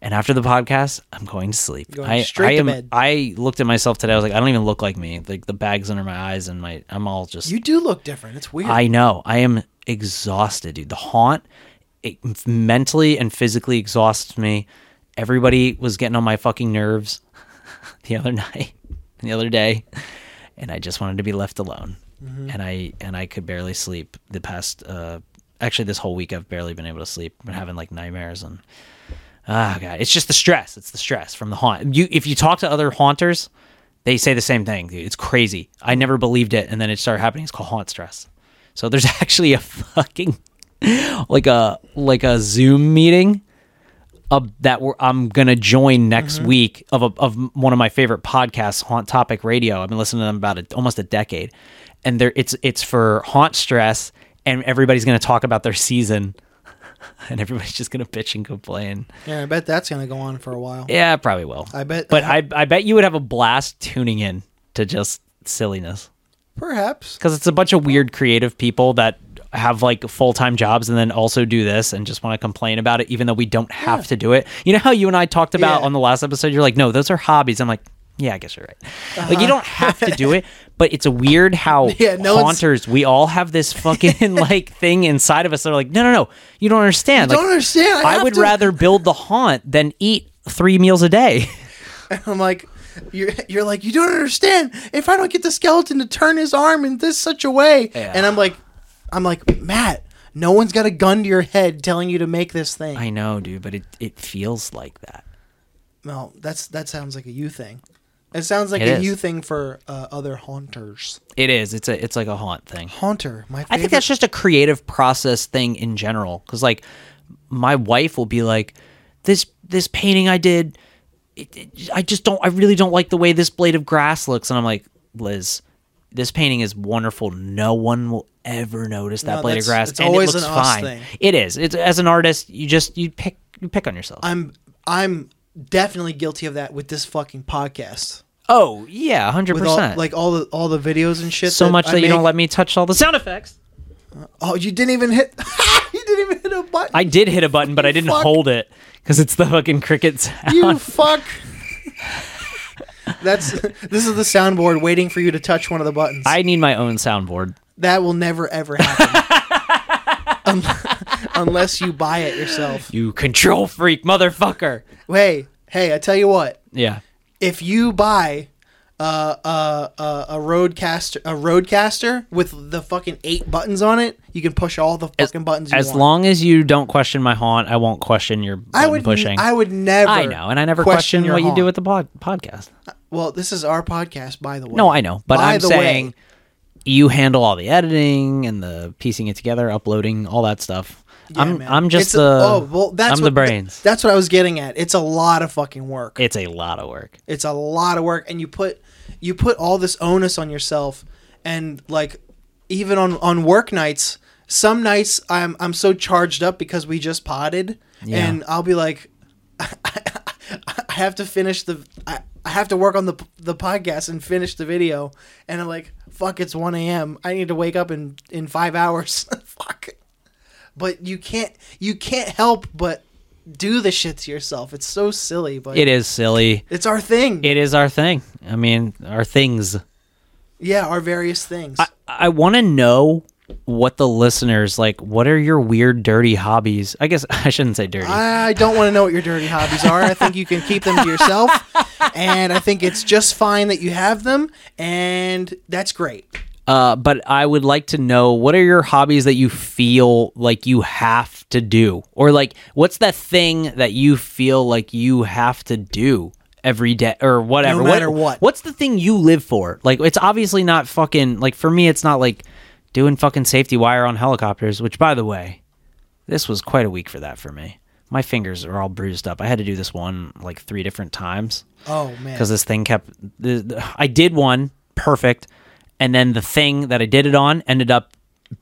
B: And after the podcast, I'm going to sleep.
A: Going
B: I,
A: straight
B: I
A: to
B: am-
A: bed.
B: I looked at myself today. I was like, I don't even look like me. Like the bags under my eyes and my, I'm all just.
A: You do look different. It's weird.
B: I know. I am exhausted, dude. The haunt it mentally and physically exhausts me. Everybody was getting on my fucking nerves the other night, the other day, and I just wanted to be left alone. And I and I could barely sleep the past. Uh, actually, this whole week I've barely been able to sleep. I've been having like nightmares and ah, god, it's just the stress. It's the stress from the haunt. You if you talk to other haunters. They say the same thing. dude. It's crazy. I never believed it, and then it started happening. It's called haunt stress. So there's actually a fucking like a like a Zoom meeting of that we're, I'm gonna join next week of a, of one of my favorite podcasts, Haunt Topic Radio. I've been listening to them about a, almost a decade, and there it's it's for haunt stress, and everybody's gonna talk about their season. and everybody's just gonna bitch and complain.
A: Yeah, I bet that's gonna go on for a while.
B: Yeah, it probably will.
A: I bet-
B: But I I bet you would have a blast tuning in to just silliness
A: Perhaps.
B: because it's a bunch of weird creative people that have like full-time jobs and then also do this and just want to complain about it even though we don't have to do it you know how you and i talked about
A: Yeah.
B: on the last episode you're like no those are hobbies i'm like yeah i guess you're right like you don't have to do it but it's weird how
A: Uh-huh. Yeah, no one's-
B: haunters we all have this fucking like thing inside of us that are like no no no you don't understand like,
A: Don't understand. I,
B: i
A: have
B: would
A: to-
B: rather build the haunt than eat three meals a day
A: I'm like, you're, you're like, you don't understand. If I don't get the skeleton to turn his arm in this such a way,
B: Yeah.
A: and I'm like, I'm like, Matt, no one's got a gun to your head telling you to make this thing.
B: i know dude but it, it feels like that
A: No, that's that sounds like a you thing. It sounds like
B: It
A: a
B: is.
A: you thing for uh, other haunters.
B: it is it's a it's like a haunt thing
A: Haunter, my favorite.
B: I think that's just a creative process thing in general. Because like, my wife will be like, "This this painting I did, it, it- I just don't. I really don't like the way this blade of grass looks." And I'm like, "Liz, this painting is wonderful. No one will ever notice that
A: No,
B: blade of
A: that's-
B: grass.
A: it's
B: and
A: always
B: it looks
A: an us
B: fine.
A: thing.
B: It is. It's as an artist, you just you pick you pick on yourself.
A: I'm I'm definitely guilty of that with this fucking podcast.
B: oh yeah, hundred
A: With all,
B: percent.
A: like all the all the videos and shit.
B: so much
A: I
B: that you don't
A: make.
B: let me touch all the sound effects.
A: Oh, you didn't even hit. you didn't even hit a button.
B: I did hit a button, but I didn't
A: Fuck.
B: hold it because it's the fucking cricket sound.
A: You fuck. That's this is the soundboard waiting for you to touch one of the buttons.
B: I need my own soundboard.
A: that will never ever happen. Un- unless you buy it yourself.
B: You control freak motherfucker.
A: Hey, hey, I tell you what.
B: Yeah.
A: If you buy uh, uh, uh, a roadcaster, a roadcaster with the fucking eight buttons on it, you can push all the fucking buttons. You
B: As
A: want.
B: long as you don't question my haunt, I won't question your button
A: I would,
B: pushing.
A: I would never.
B: I know, and I never question,
A: your
B: what you do
A: haunt.
B: with the pod- podcast.
A: Well, this is our podcast, by the way.
B: No, I know, but
A: By
B: I'm
A: the way,
B: saying you handle all the editing and the piecing it together, uploading, all that stuff. I'm
A: man.
B: I'm just
A: It's a-
B: the
A: oh, well, that's
B: I'm
A: what,
B: the brains.
A: that's what I was getting at. It's a lot of fucking work.
B: it's a lot of work.
A: It's a lot of work, and you put you put all this onus on yourself, and like even on on work nights, some nights I'm I'm so charged up because we just potted,
B: Yeah.
A: and I'll be like, I have to finish the I, I have to work on the the podcast and finish the video, and I'm like, fuck, it's one a.m. I need to wake up in in five hours. fuck, but you can't you can't help but do the shit to yourself. It's so silly, but.
B: It is silly.
A: it's our thing.
B: It is our thing. I mean, our things.
A: Yeah, our various things.
B: I want to know what the listeners like. What are your weird, dirty hobbies? I guess I shouldn't say dirty.
A: I don't want to know what your dirty hobbies are. I think you can keep them to yourself. And I think it's just fine that you have them. And that's great.
B: Uh, but I would like to know what are your hobbies that you feel like you have to do, or like what's that thing that you feel like you have to do every day or whatever.
A: matter what.
B: What's the thing you live for? Like it's obviously not fucking like for me. It's not like doing fucking safety wire on helicopters. Which by the way, this was quite a week for that for me. My fingers are all bruised up. I had to do this one like three different times
A: Oh, man.
B: because this thing kept. The, the- I did one perfect, and then the thing that I did it on ended up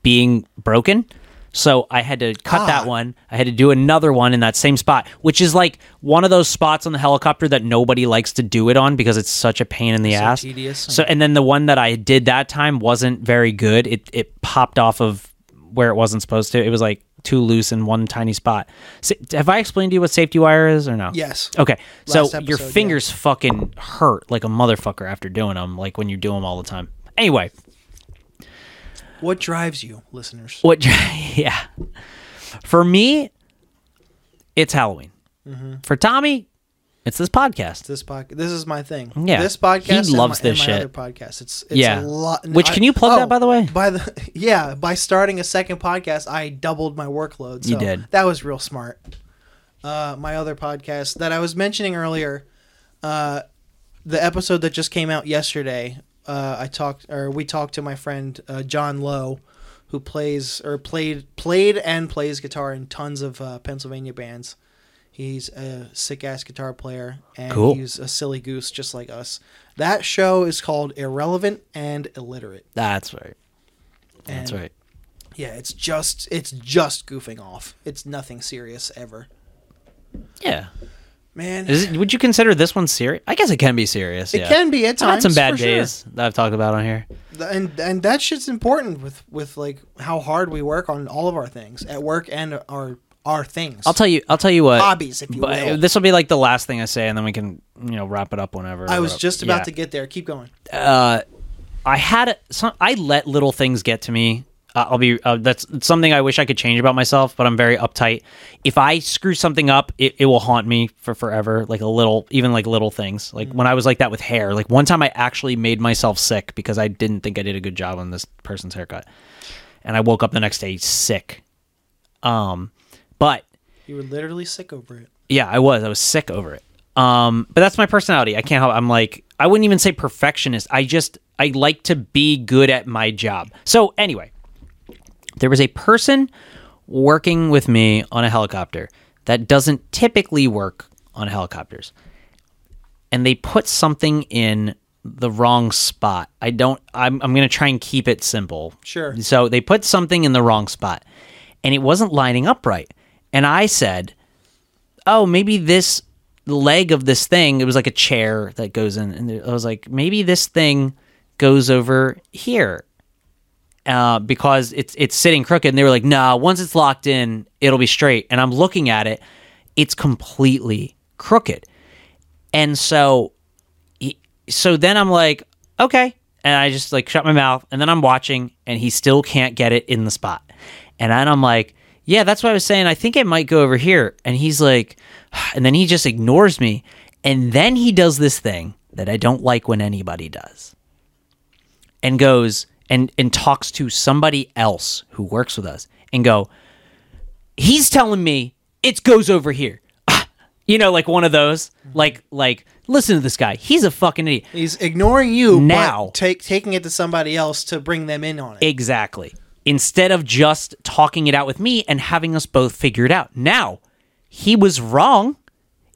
B: being broken. So I had to cut that
A: Ah.
B: one. I had to do another one in that same spot, which is like one of those spots on the helicopter that nobody likes to do it on because it's such a pain in the ass.
A: tedious.
B: So and then the one that I did that time wasn't very good. It it popped off of where it wasn't supposed to. It was like too loose in one tiny spot. Sa- have I explained to you what safety wire is or no?
A: Yes.
B: Okay. So
A: Last
B: your
A: episode, yeah.
B: fingers fucking hurt like a motherfucker after doing them, like when you do them all the time. Anyway,
A: What drives you, listeners?
B: what? Yeah. For me, it's Halloween.
A: Mm-hmm.
B: For Tommy, it's this podcast.
A: This podcast. This is my thing.
B: Yeah.
A: This podcast.
B: He loves
A: and my, and
B: this
A: my
B: shit.
A: Other podcast. It's, it's
B: Yeah.
A: a lot. Oh,
B: Which, can you plug that, by the way?
A: By the yeah, by starting a second podcast, I doubled my workload. So
B: You did.
A: That was real smart. Uh, my other podcast that I was mentioning earlier, uh, the episode that just came out yesterday. Uh, I talked or we talked to my friend uh, John Lowe, who plays or played played and plays guitar in tons of uh, Pennsylvania bands. He's a sick ass guitar player and
B: Cool.
A: he's a silly goose just like us. That show is called Irrelevant and Illiterate.
B: That's right. That's
A: And
B: right.
A: Yeah, it's just it's just goofing off. It's nothing serious ever.
B: Yeah.
A: Man,
B: Is it, would you consider this one serious? I guess it can be serious.
A: It
B: yeah.
A: can be at
B: I've had some
A: times,
B: bad
A: for sure.
B: days that I've talked about on here.
A: th- and and that shit's important with with like how hard we work on all of our things at work and our our things.
B: I'll tell you. I'll tell you what.
A: Hobbies, if you
B: but
A: will.
B: This will be like the last thing I say, and then we can you know wrap it up whenever.
A: I was
B: Whatever.
A: just about
B: Yeah.
A: to get there. Keep going.
B: uh, I had a, some, I let little things get to me. Uh, I'll be uh, that's something I wish I could change about myself, but I'm very uptight. If I screw something up, it, it will haunt me for forever. Like a little, even like little things. Like when I was like that with hair. Like one time, I actually made myself sick because I didn't think I did a good job on this person's haircut, and I woke up the next day sick. Um, but
A: You were literally sick over it.
B: yeah, I was. I was sick over it. Um, but that's my personality. I can't help. I'm like, I wouldn't even say perfectionist. I just, I like to be good at my job. So anyway, there was a person working with me on a helicopter that doesn't typically work on helicopters, and they put something in the wrong spot. I don't. I'm. I'm gonna try and keep it simple.
A: Sure.
B: So they put something in the wrong spot, and it wasn't lining up right. And I said oh, maybe this leg of this thing, it was like a chair that goes in. And I was like, maybe this thing goes over here uh, because it's it's sitting crooked. And they were like, nah, once it's locked in, it'll be straight. And I'm looking at it, it's completely crooked. And so, he- so then I'm like, okay. And I just like shut my mouth. And then I'm watching, and he still can't get it in the spot. And then I'm like, yeah, that's what I was saying. I think it might go over here. And he's like, and then he just ignores me. And then he does this thing that I don't like when anybody does and goes and and talks to somebody else who works with us and go he's telling me it goes over here you know like one of those like like listen to this guy he's a fucking idiot
A: He's ignoring you
B: Now.
A: but take taking it to somebody else to bring them in on it.
B: Exactly. Instead of just talking it out with me and having us both figure it out. Now, he was wrong.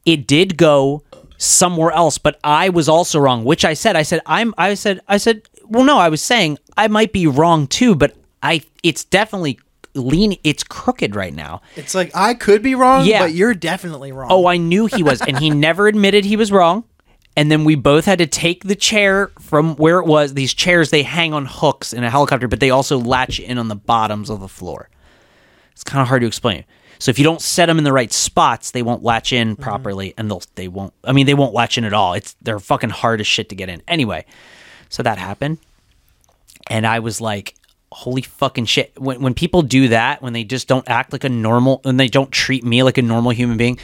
B: It did go somewhere else, but I was also wrong, which I said. I said I'm I said I said, "Well, no, I was saying I might be wrong too, but I it's definitely lean it's crooked right now."
A: It's like I could be wrong,
B: Yeah.
A: but you're definitely wrong.
B: Oh, I knew he was, and he never admitted he was wrong. And then we both had to take the chair from where it was. These chairs they hang on hooks in a helicopter, but they also latch in on the bottoms of the floor. It's kind of hard to explain. So if you don't set them in the right spots, they won't latch in properly, and they'll they won't. I mean, they won't latch in at all. It's they're fucking hard as shit to get in. Anyway, so that happened and I was like, "Holy fucking shit!" When when people do that, when they just don't act like a normal, and they don't treat me like a normal human being,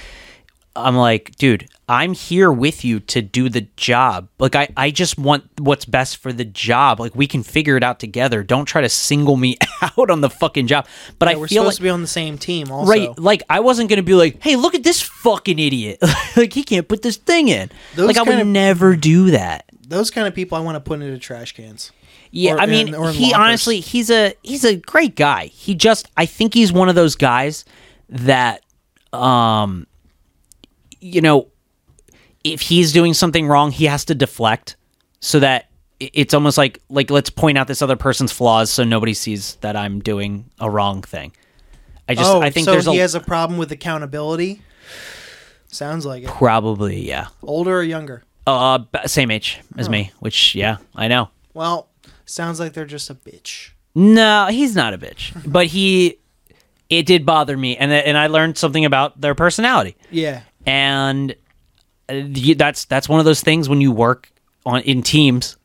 B: I'm like, "Dude, I'm here with you to do the job. Like, I I just want what's best for the job. Like, we can figure it out together. Don't try to single me out on the fucking job." But I
A: we're
B: feel
A: supposed
B: like
A: to be on the same team also.
B: right, like I wasn't gonna be like, "Hey, look at this fucking idiot! like, he can't put this thing in."
A: Those
B: like, I would
A: kind of-
B: never do that.
A: Those kind of people I want to put into trash cans.
B: Yeah,
A: Or
B: I
A: in-
B: mean,
A: or in
B: he
A: lockers.
B: honestly, he's a he's a great guy. He just, I think he's one of those guys that, um, you know, if he's doing something wrong, he has to deflect so that i- it's almost like like let's point out this other person's flaws so nobody sees that I'm doing a wrong thing. I just,
A: oh,
B: I think
A: so
B: there's a
A: he has a problem with accountability. Sounds like it.
B: probably yeah,
A: Older or younger?
B: uh, b- same age
A: Oh.
B: as me, which yeah, I know.
A: Well, sounds like they're just a bitch.
B: No, he's not a bitch, but he it did bother me, and and I learned something about their personality,
A: Yeah.
B: and uh, you- that's that's one of those things when you work on in teams,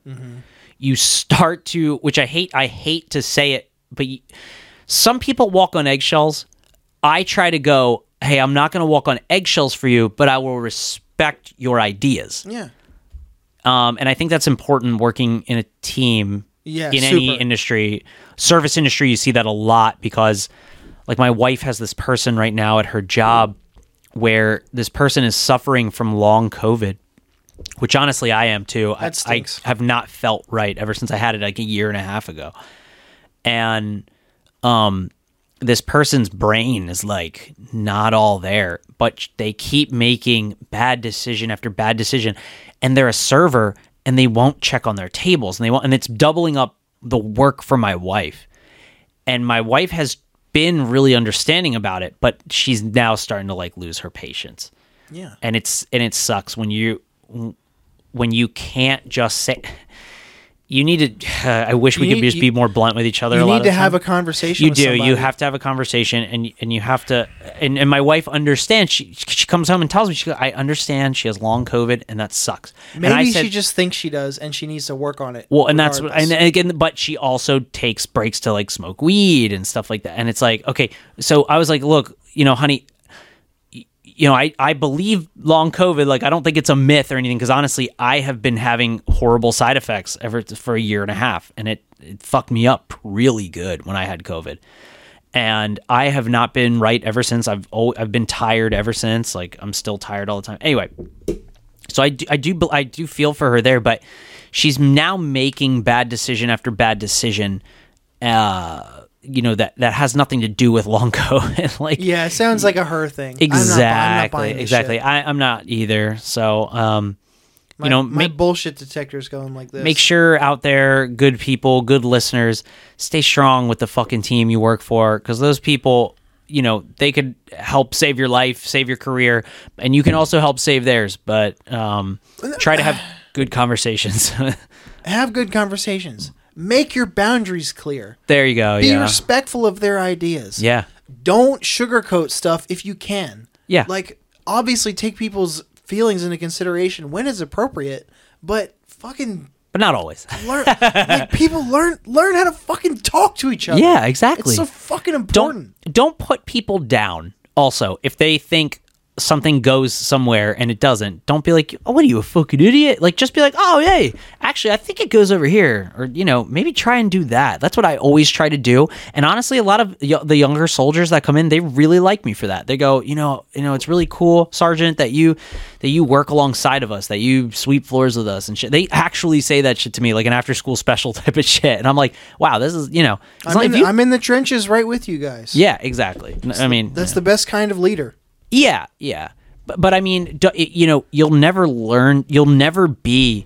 B: you start to which I hate I hate to say it, but you, some people walk on eggshells. I try to go, hey, I'm not going to walk on eggshells for you, but I will respect your ideas.
A: Yeah.
B: Um, and I think that's important working in a team
A: Yeah,
B: in any
A: super.
B: industry. Service industry, you see that a lot because, like, my wife has this person right now at her job where this person is suffering from long COVID, which honestly I am too. I-
A: That stinks.
B: I have not felt right ever since I had it like a year and a half ago. And um this person's brain is like not all there but they keep making bad decision after bad decision and they're a server and they won't check on their tables and they won't and it's doubling up the work for my wife and my wife has been really understanding about it, but she's now starting to like lose her patience.
A: Yeah.
B: And it's and it sucks when you when you can't just say you need to I wish we
A: You
B: could
A: need-
B: just
A: you-
B: be more blunt with each other
A: You
B: a lot
A: need
B: of
A: to
B: the
A: have a
B: time.
A: conversation.
B: you
A: with
B: do you
A: somebody.
B: have to have a conversation and and you have to and, and my wife understands she she comes home and tells me she goes, I understand she has long covid and that sucks and I
A: Maybe
B: said,
A: she just thinks she does, and she needs to work on it.
B: well, and that's what, and
A: regardless.
B: again, but she also takes breaks to like smoke weed and stuff like that. And it's like, okay, so I was like, look, you know, honey, y- you know, I, I believe long COVID. Like, I don't think it's a myth or anything because honestly, I have been having horrible side effects ever for a year and a half, and it, it fucked me up really good when I had COVID. And I have not been right ever since. I've al- I've been tired ever since. Like, I'm still tired all the time. Anyway, so I do, I do I do feel for her there, but she's now making bad decision after bad decision. Uh, you know that that has nothing to do with long COVID. like
A: yeah, it sounds like a her thing. I'm not bu- I'm not
B: exactly,
A: buying this
B: exactly.
A: shit.
B: I, I'm not either. So um, you know,
A: my
B: make
A: bullshit detector's going like this.
B: make sure out there, good people, good listeners, stay strong with the fucking team you work for because those people. You know they could help save your life, save your career, and you can also help save theirs. But um, try to have good conversations.
A: have good conversations. Make your boundaries clear.
B: There you go.
A: Be
B: yeah.
A: respectful of their ideas.
B: yeah.
A: Don't sugarcoat stuff if you can.
B: Yeah.
A: Like obviously take people's feelings into consideration when it's appropriate, but fucking
B: But not always.
A: learn like people learn learn how to fucking talk to each other.
B: Yeah, exactly.
A: It's so fucking important.
B: Don't don't put people down. Also, if they think something goes somewhere and it doesn't, don't be like, "Oh, what are you a fucking idiot?" Like just be like, "Oh, hey, actually, I think it goes over here," or you know, maybe try and do that. That's what I always try to do. And honestly, a lot of y- the younger soldiers that come in, they really like me for that. They go, you know, you know, it's really cool, Sergeant, that you that you work alongside of us, that you sweep floors with us and shit. They actually say that shit to me, like an after school special type of shit. And I'm like, wow, this is you know, it's
A: I'm,
B: like
A: in
B: if
A: the,
B: you
A: I'm in the trenches right with you guys.
B: yeah, exactly. N- I mean,
A: That's the best kind of leader.
B: yeah, yeah. But, but I mean, d- it- you know, you'll never learn, you'll never be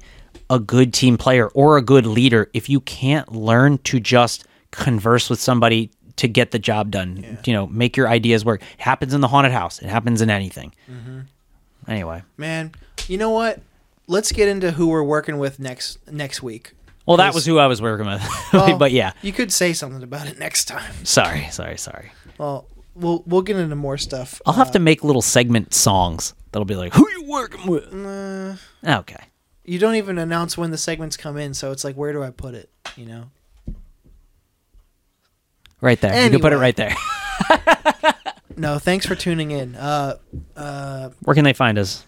B: a good team player or a good leader if you can't learn to just converse with somebody to get the job done. You know, make your ideas work. It happens in the haunted house, it happens in anything.
A: Mm-hmm.
B: Anyway,
A: Man, you know what? Let's get into who we're working with next next week.
B: well, that
A: 'Cause-
B: was who I was working with.
A: Well,
B: but yeah,
A: you could say something about it next time.
B: sorry, sorry, sorry.
A: Well, we'll we'll get into more stuff.
B: I'll have to make little segment songs that'll be like, who you working with?
A: Uh,
B: Okay.
A: you don't even announce when the segments come in, so it's like, where do I put it? You know.
B: Right there. You can put it
A: Anyway.
B: right there.
A: No, thanks for tuning in. Uh, uh,
B: Where can they find us?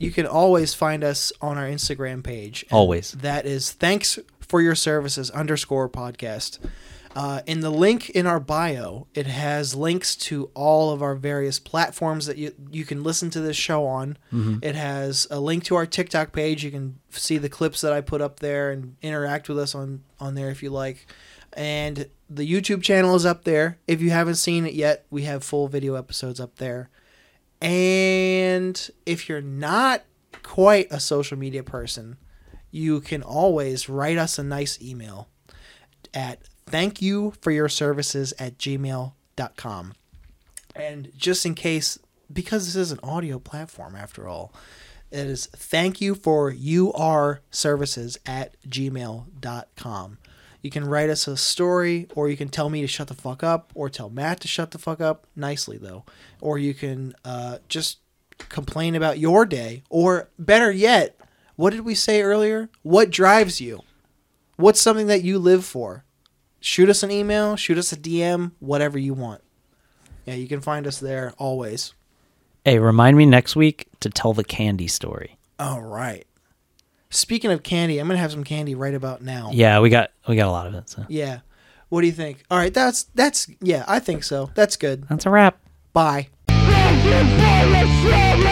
A: you can always find us on our Instagram page. and
B: Always.
A: That is thanks for your services underscore podcast. Uh, in the link in our bio, it has links to all of our various platforms that you, you can listen to this show on. It has a link to our TikTok page. You can see the clips that I put up there and interact with us on, on there if you like. And the YouTube channel is up there. If you haven't seen it yet, we have full video episodes up there. And if you're not quite a social media person, you can always write us a nice email at thank you for your services at gmail.com. And just in case, because this is an audio platform after all, it is thank you for your services at gmail.com. You can write us a story, or you can tell me to shut the fuck up, or tell Matt to shut the fuck up nicely, though. Or you can uh, just complain about your day, or better yet, what did we say earlier? What drives you? What's something that you live for? Shoot us an email, shoot us a DM, whatever you want. Yeah, you can find us there always.
B: Hey, remind me next week to tell the candy story.
A: All right. Speaking of candy, I'm gonna have some candy right about now.
B: Yeah, we got we got a lot of it. So
A: Yeah. What do you think? All right, that's that's yeah, I think so. That's good.
B: that's a wrap.
A: Bye.
C: Thank you for your service.